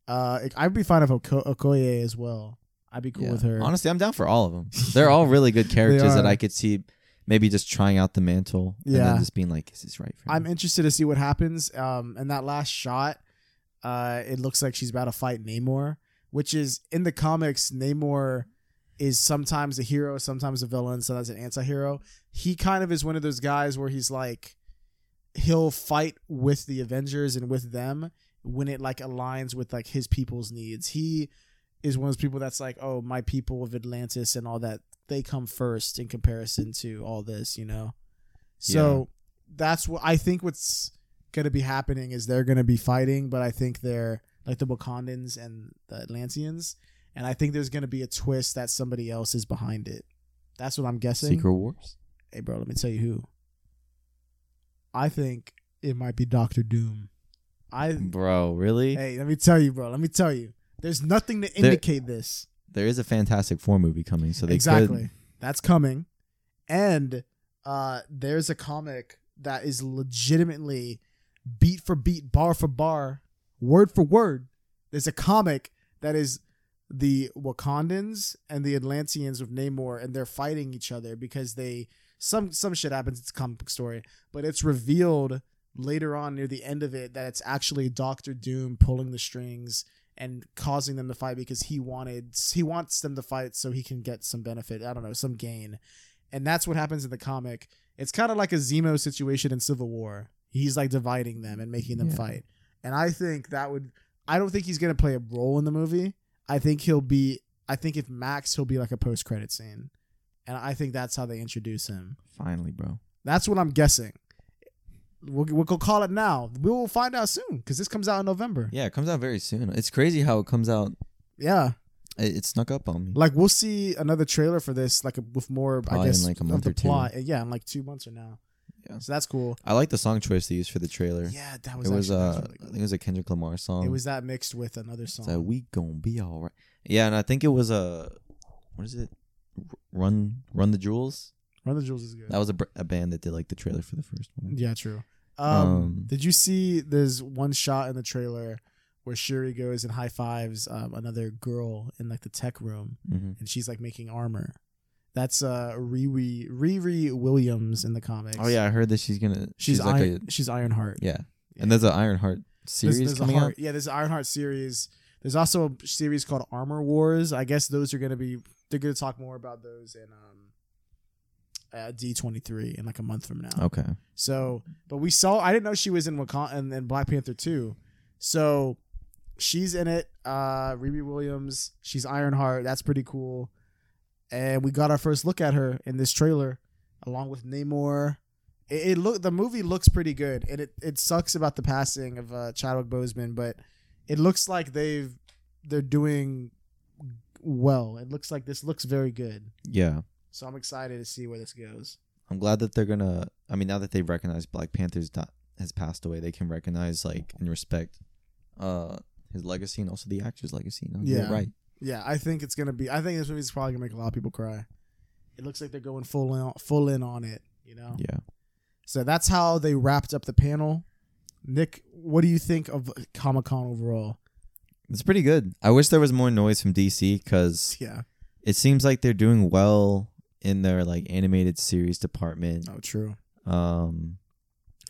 Speaker 2: Uh, it- I'd be fine if Oko- Okoye as well. I'd be cool
Speaker 1: Yeah.
Speaker 2: with her.
Speaker 1: Honestly, I'm down for all of them. They're all really good characters that
Speaker 2: are.
Speaker 1: I could see maybe just trying out the mantle and
Speaker 2: Yeah.
Speaker 1: then just being like, is this right for me?
Speaker 2: I'm interested to see what happens. Um, and that last shot, uh, it looks like she's about to fight Namor, which is in the comics. Namor is sometimes a hero, sometimes a villain, sometimes an anti-hero. He kind of is one of those guys where he's like, he'll fight with the Avengers and with them when it like aligns with like his people's needs. He is one of those people that's like, oh, my people of Atlantis and all that, they come first in comparison to all this, you know? So that's what I think what's gonna be happening is they're gonna be fighting, but I think they're like the Wakandans and the Atlanteans, and I think there's gonna be a twist that somebody else is behind it. That's what I'm guessing.
Speaker 1: Secret Wars?
Speaker 2: Hey, bro, let me tell you who. I think it might be Doctor Doom. I
Speaker 1: Bro, really?
Speaker 2: hey, let me tell you, bro. Let me tell you. There's nothing to
Speaker 1: There-
Speaker 2: indicate this.
Speaker 1: There is a Fantastic Four movie coming, so they
Speaker 2: exactly.
Speaker 1: could
Speaker 2: That's coming. And uh, there's a comic that is legitimately beat for beat, bar for bar, word for word. There's a comic that is the Wakandans and the Atlanteans with Namor, and they're fighting each other because they some some shit happens. It's a comic book story, but it's revealed later on near the end of it that it's actually Doctor Doom pulling the strings and causing them to fight because he wanted he wants them to fight so he can get some benefit. I don't know, some gain. And that's what happens in the comic. It's kind of like a Zemo situation in Civil War. He's like dividing them and making them
Speaker 1: Yeah.
Speaker 2: fight. And I think that would I don't think he's going to play a role in the movie. I think he'll be I think if Max he'll be like a post-credit scene. And I think that's how they introduce him.
Speaker 1: finally, bro.
Speaker 2: That's what I'm guessing. We'll, we'll go call it now. We will find out soon because this comes out in November.
Speaker 1: Yeah, it comes out very soon. It's crazy how it comes out.
Speaker 2: Yeah.
Speaker 1: It, it snuck up on me.
Speaker 2: Like we'll see another trailer for this, like with more, I
Speaker 1: Probably
Speaker 2: guess,
Speaker 1: in, like, a
Speaker 2: of
Speaker 1: month
Speaker 2: the
Speaker 1: or two.
Speaker 2: plot. Yeah, in like two months or now.
Speaker 1: Yeah.
Speaker 2: So that's cool.
Speaker 1: I like the song choice they used for the trailer.
Speaker 2: Yeah, that was
Speaker 1: it was
Speaker 2: actually- that
Speaker 1: uh,
Speaker 2: really
Speaker 1: I
Speaker 2: good.
Speaker 1: think it was a Kendrick Lamar song.
Speaker 2: It was that mixed with another
Speaker 1: It's
Speaker 2: song.
Speaker 1: like, we gonna be all right. Yeah, and I think it was a what is it? R- Run, run the jewels.
Speaker 2: Run the Jewels is good.
Speaker 1: That was a, br- a band that did like the trailer for the first one.
Speaker 2: yeah, true. Um,
Speaker 1: Um,
Speaker 2: did you see? There's one shot in the trailer where Shuri goes and high fives um, another girl in like the tech room,
Speaker 1: hmm
Speaker 2: and she's like making armor. That's uh Riri Riri Williams in the comics.
Speaker 1: Oh yeah, I heard that she's gonna.
Speaker 2: she's,
Speaker 1: She's, like
Speaker 2: Iron,
Speaker 1: a
Speaker 2: she's Ironheart.
Speaker 1: yeah.
Speaker 2: Yeah.
Speaker 1: and there's an Ironheart series
Speaker 2: there's, there's a
Speaker 1: coming
Speaker 2: Heart-
Speaker 1: out.
Speaker 2: Yeah, there's an Ironheart series. There's also a series called Armor Wars. I guess those are gonna be they're gonna talk more about those in um uh, D23 in like a month from now.
Speaker 1: Okay,
Speaker 2: So, but we saw. I didn't know she was in Wakanda and, and Black Panther too. So, she's in it. Uh, Riri Williams. She's Ironheart. That's pretty cool. And we got our first look at her in this trailer, along with Namor. It, it look the movie looks pretty good, and it it sucks about the passing of uh, Chadwick Boseman, but it looks like they've they're doing well. It looks like this looks very good.
Speaker 1: yeah.
Speaker 2: So I'm excited to see where this goes.
Speaker 1: I'm glad that they're gonna. I mean, now that they've recognized Black Panther's not, has passed away, they can recognize like and respect, uh, his legacy and also the actor's legacy. No, you're
Speaker 2: Yeah.
Speaker 1: right.
Speaker 2: Yeah, I think it's gonna be. I think this movie's probably gonna make a lot of people cry. It looks like they're going full in, full in on it. You know.
Speaker 1: Yeah.
Speaker 2: So that's how they wrapped up the panel. Nick, what do you think of Comic Con overall?
Speaker 1: It's pretty good. I wish there was more noise from DC because
Speaker 2: Yeah.
Speaker 1: it seems like they're doing well in their like animated series department.
Speaker 2: Oh, true.
Speaker 1: Um,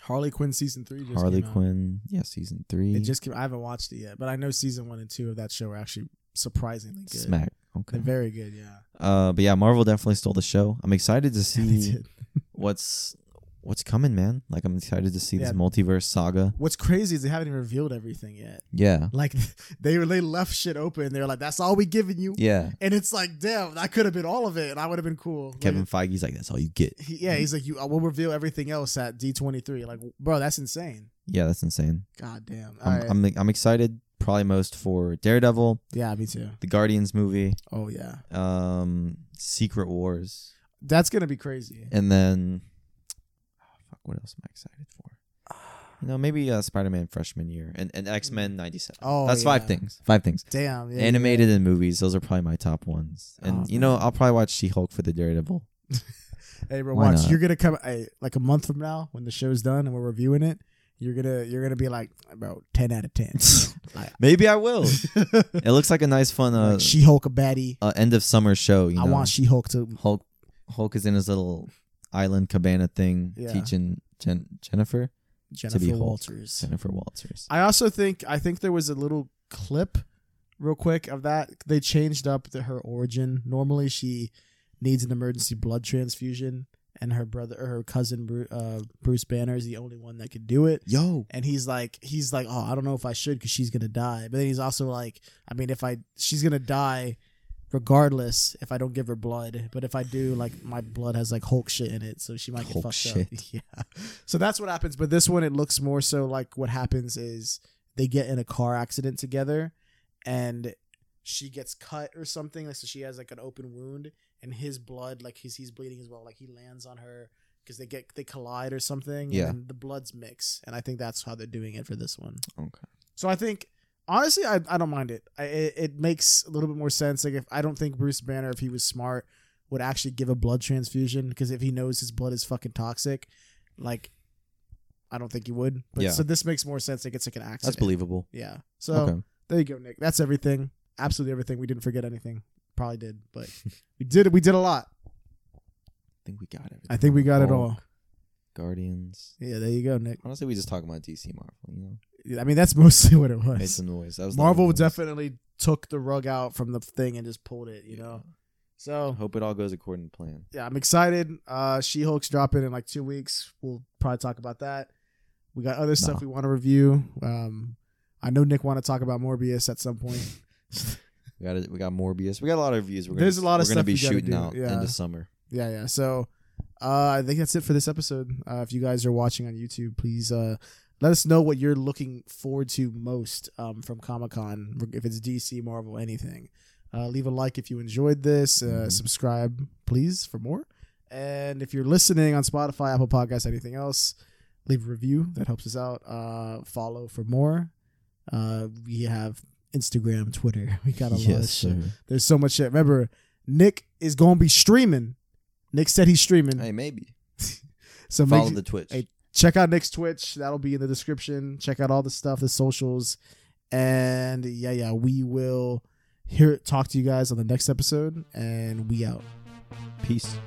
Speaker 2: Harley Quinn season three. Just
Speaker 1: Harley
Speaker 2: came out.
Speaker 1: Quinn, yeah, season three.
Speaker 2: It just came, I haven't watched it yet, but I know season one and two of that show are actually surprisingly good.
Speaker 1: smack.
Speaker 2: They're
Speaker 1: Okay.
Speaker 2: very good. Yeah.
Speaker 1: Uh, but yeah, Marvel definitely stole the show. I'm excited to
Speaker 2: They
Speaker 1: see
Speaker 2: did.
Speaker 1: what's what's coming, man. Like I'm excited to see
Speaker 2: Yeah.
Speaker 1: this multiverse saga.
Speaker 2: What's crazy is they haven't even revealed everything yet.
Speaker 1: Yeah,
Speaker 2: Like they were they left shit open. They're like, that's all we giving you.
Speaker 1: yeah.
Speaker 2: And it's like, damn, that could have been all of it, and I would have been cool. Like,
Speaker 1: Kevin Feige's like, that's all you get.
Speaker 2: he, yeah, he's like, you. I will reveal everything else at D twenty three. Like, bro, that's insane.
Speaker 1: Yeah, that's insane.
Speaker 2: God damn. All
Speaker 1: I'm,
Speaker 2: right.
Speaker 1: I'm I'm excited probably most for Daredevil,
Speaker 2: yeah, me too.
Speaker 1: the Guardians movie,
Speaker 2: Oh yeah,
Speaker 1: um, Secret Wars,
Speaker 2: that's gonna be crazy.
Speaker 1: and then oh, fuck, what else am I excited for? You know, maybe uh, Spider-Man freshman year and, and X-Men '97.
Speaker 2: Oh,
Speaker 1: that's
Speaker 2: yeah.
Speaker 1: five things. Five things.
Speaker 2: Damn. Yeah,
Speaker 1: Animated and movies; those are probably my top ones. And
Speaker 2: Oh,
Speaker 1: you know, I'll probably watch She-Hulk for the Daredevil.
Speaker 2: yeah. Hey, bro,
Speaker 1: Why
Speaker 2: watch.
Speaker 1: not?
Speaker 2: You're gonna come hey, like a month from now when the show's done and we're reviewing it. You're gonna you're gonna be like, bro, ten out of ten.
Speaker 1: Maybe I will. it looks like a nice, fun Oh. uh,
Speaker 2: she Hulk a baddie.
Speaker 1: uh, end of summer show. You
Speaker 2: I
Speaker 1: know?
Speaker 2: want She Hulk to.
Speaker 1: Hulk Hulk is in his little island cabana thing
Speaker 2: Yeah.
Speaker 1: teaching Jen- Jennifer
Speaker 2: Jennifer
Speaker 1: be Hulk.
Speaker 2: Walters.
Speaker 1: Jennifer Walters.
Speaker 2: I also think I think there was a little clip, real quick, of that. They changed up the, her origin. Normally, she needs an emergency blood transfusion, and her brother, or her cousin, Bru- uh, Bruce Banner, is the only one that could do it.
Speaker 1: Yo,
Speaker 2: And he's like, he's like, oh, I don't know if I should because she's gonna die. But then he's also like, I mean, if I, she's gonna die, regardless if I don't give her blood. But if I do, like, my blood has like Hulk shit in it, so she might get
Speaker 1: Hulk
Speaker 2: fucked up.
Speaker 1: shit.
Speaker 2: Yeah. So that's what happens. But this one, it looks more so like what happens is they get in a car accident together, and she gets cut or something. Like, so she has like an open wound, and his blood, like, he's he's bleeding as well. Like he lands on her. Because they get they collide or something,
Speaker 1: Yeah.
Speaker 2: and then the bloods mix, and I think that's how they're doing it for this one.
Speaker 1: Okay.
Speaker 2: So I think honestly, I, I don't mind it. I, it. It makes a little bit more sense. Like if I don't think Bruce Banner, if he was smart, would actually give a blood transfusion because if he knows his blood is fucking toxic, like I don't think he would. But
Speaker 1: Yeah.
Speaker 2: so this makes more sense. Like it's like an accident.
Speaker 1: that's believable.
Speaker 2: Yeah. So
Speaker 1: okay.
Speaker 2: there you go, Nick. That's everything. Absolutely everything. We didn't forget anything. Probably did, but we did. We did a lot.
Speaker 1: I think we got everything.
Speaker 2: I think we got it
Speaker 1: Hulk,
Speaker 2: all.
Speaker 1: Guardians.
Speaker 2: Yeah. There you go, Nick.
Speaker 1: Honestly, we just talk about DC Marvel. You know,
Speaker 2: I mean, that's mostly what it
Speaker 1: made
Speaker 2: was.
Speaker 1: some noise. That was the
Speaker 2: Marvel
Speaker 1: noise.
Speaker 2: definitely took the rug out from the thing and just pulled it. You know. So
Speaker 1: I hope it all goes according to plan.
Speaker 2: yeah, I'm excited. Uh, she Hulk's dropping in like two weeks. We'll probably talk about that. We got other stuff
Speaker 1: Nah.
Speaker 2: we want to review. Um, I know Nick want to talk about Morbius at some point.
Speaker 1: We got it. We got Morbius. We got a lot of reviews. We're
Speaker 2: There's
Speaker 1: gonna,
Speaker 2: a lot of
Speaker 1: we're gonna
Speaker 2: stuff
Speaker 1: be
Speaker 2: you gotta
Speaker 1: shooting
Speaker 2: do,
Speaker 1: out
Speaker 2: yeah.
Speaker 1: end of summer.
Speaker 2: yeah, yeah. So uh, I think that's it for this episode. Uh, if you guys are watching on YouTube, please uh, let us know what you're looking forward to most um, from Comic Con, if it's DC, Marvel, anything. Uh, leave a like if you enjoyed this. Uh,
Speaker 1: Mhm.
Speaker 2: Subscribe, please, for more. And if you're listening on Spotify, Apple Podcasts, anything else, leave a review. That helps us out. Uh, follow for more. Uh, we have Instagram, Twitter. We got a lot of shit. There's so much shit. Remember, Nick is gonna be streaming. Nick said he's streaming.
Speaker 1: Hey, maybe
Speaker 2: so make
Speaker 1: follow
Speaker 2: sure-
Speaker 1: the Twitch.
Speaker 2: Hey, check out Nick's Twitch. That'll be in the description. Check out all the stuff, the socials, and yeah, yeah. We will hear talk to you guys on the next episode, and we out.
Speaker 1: Peace.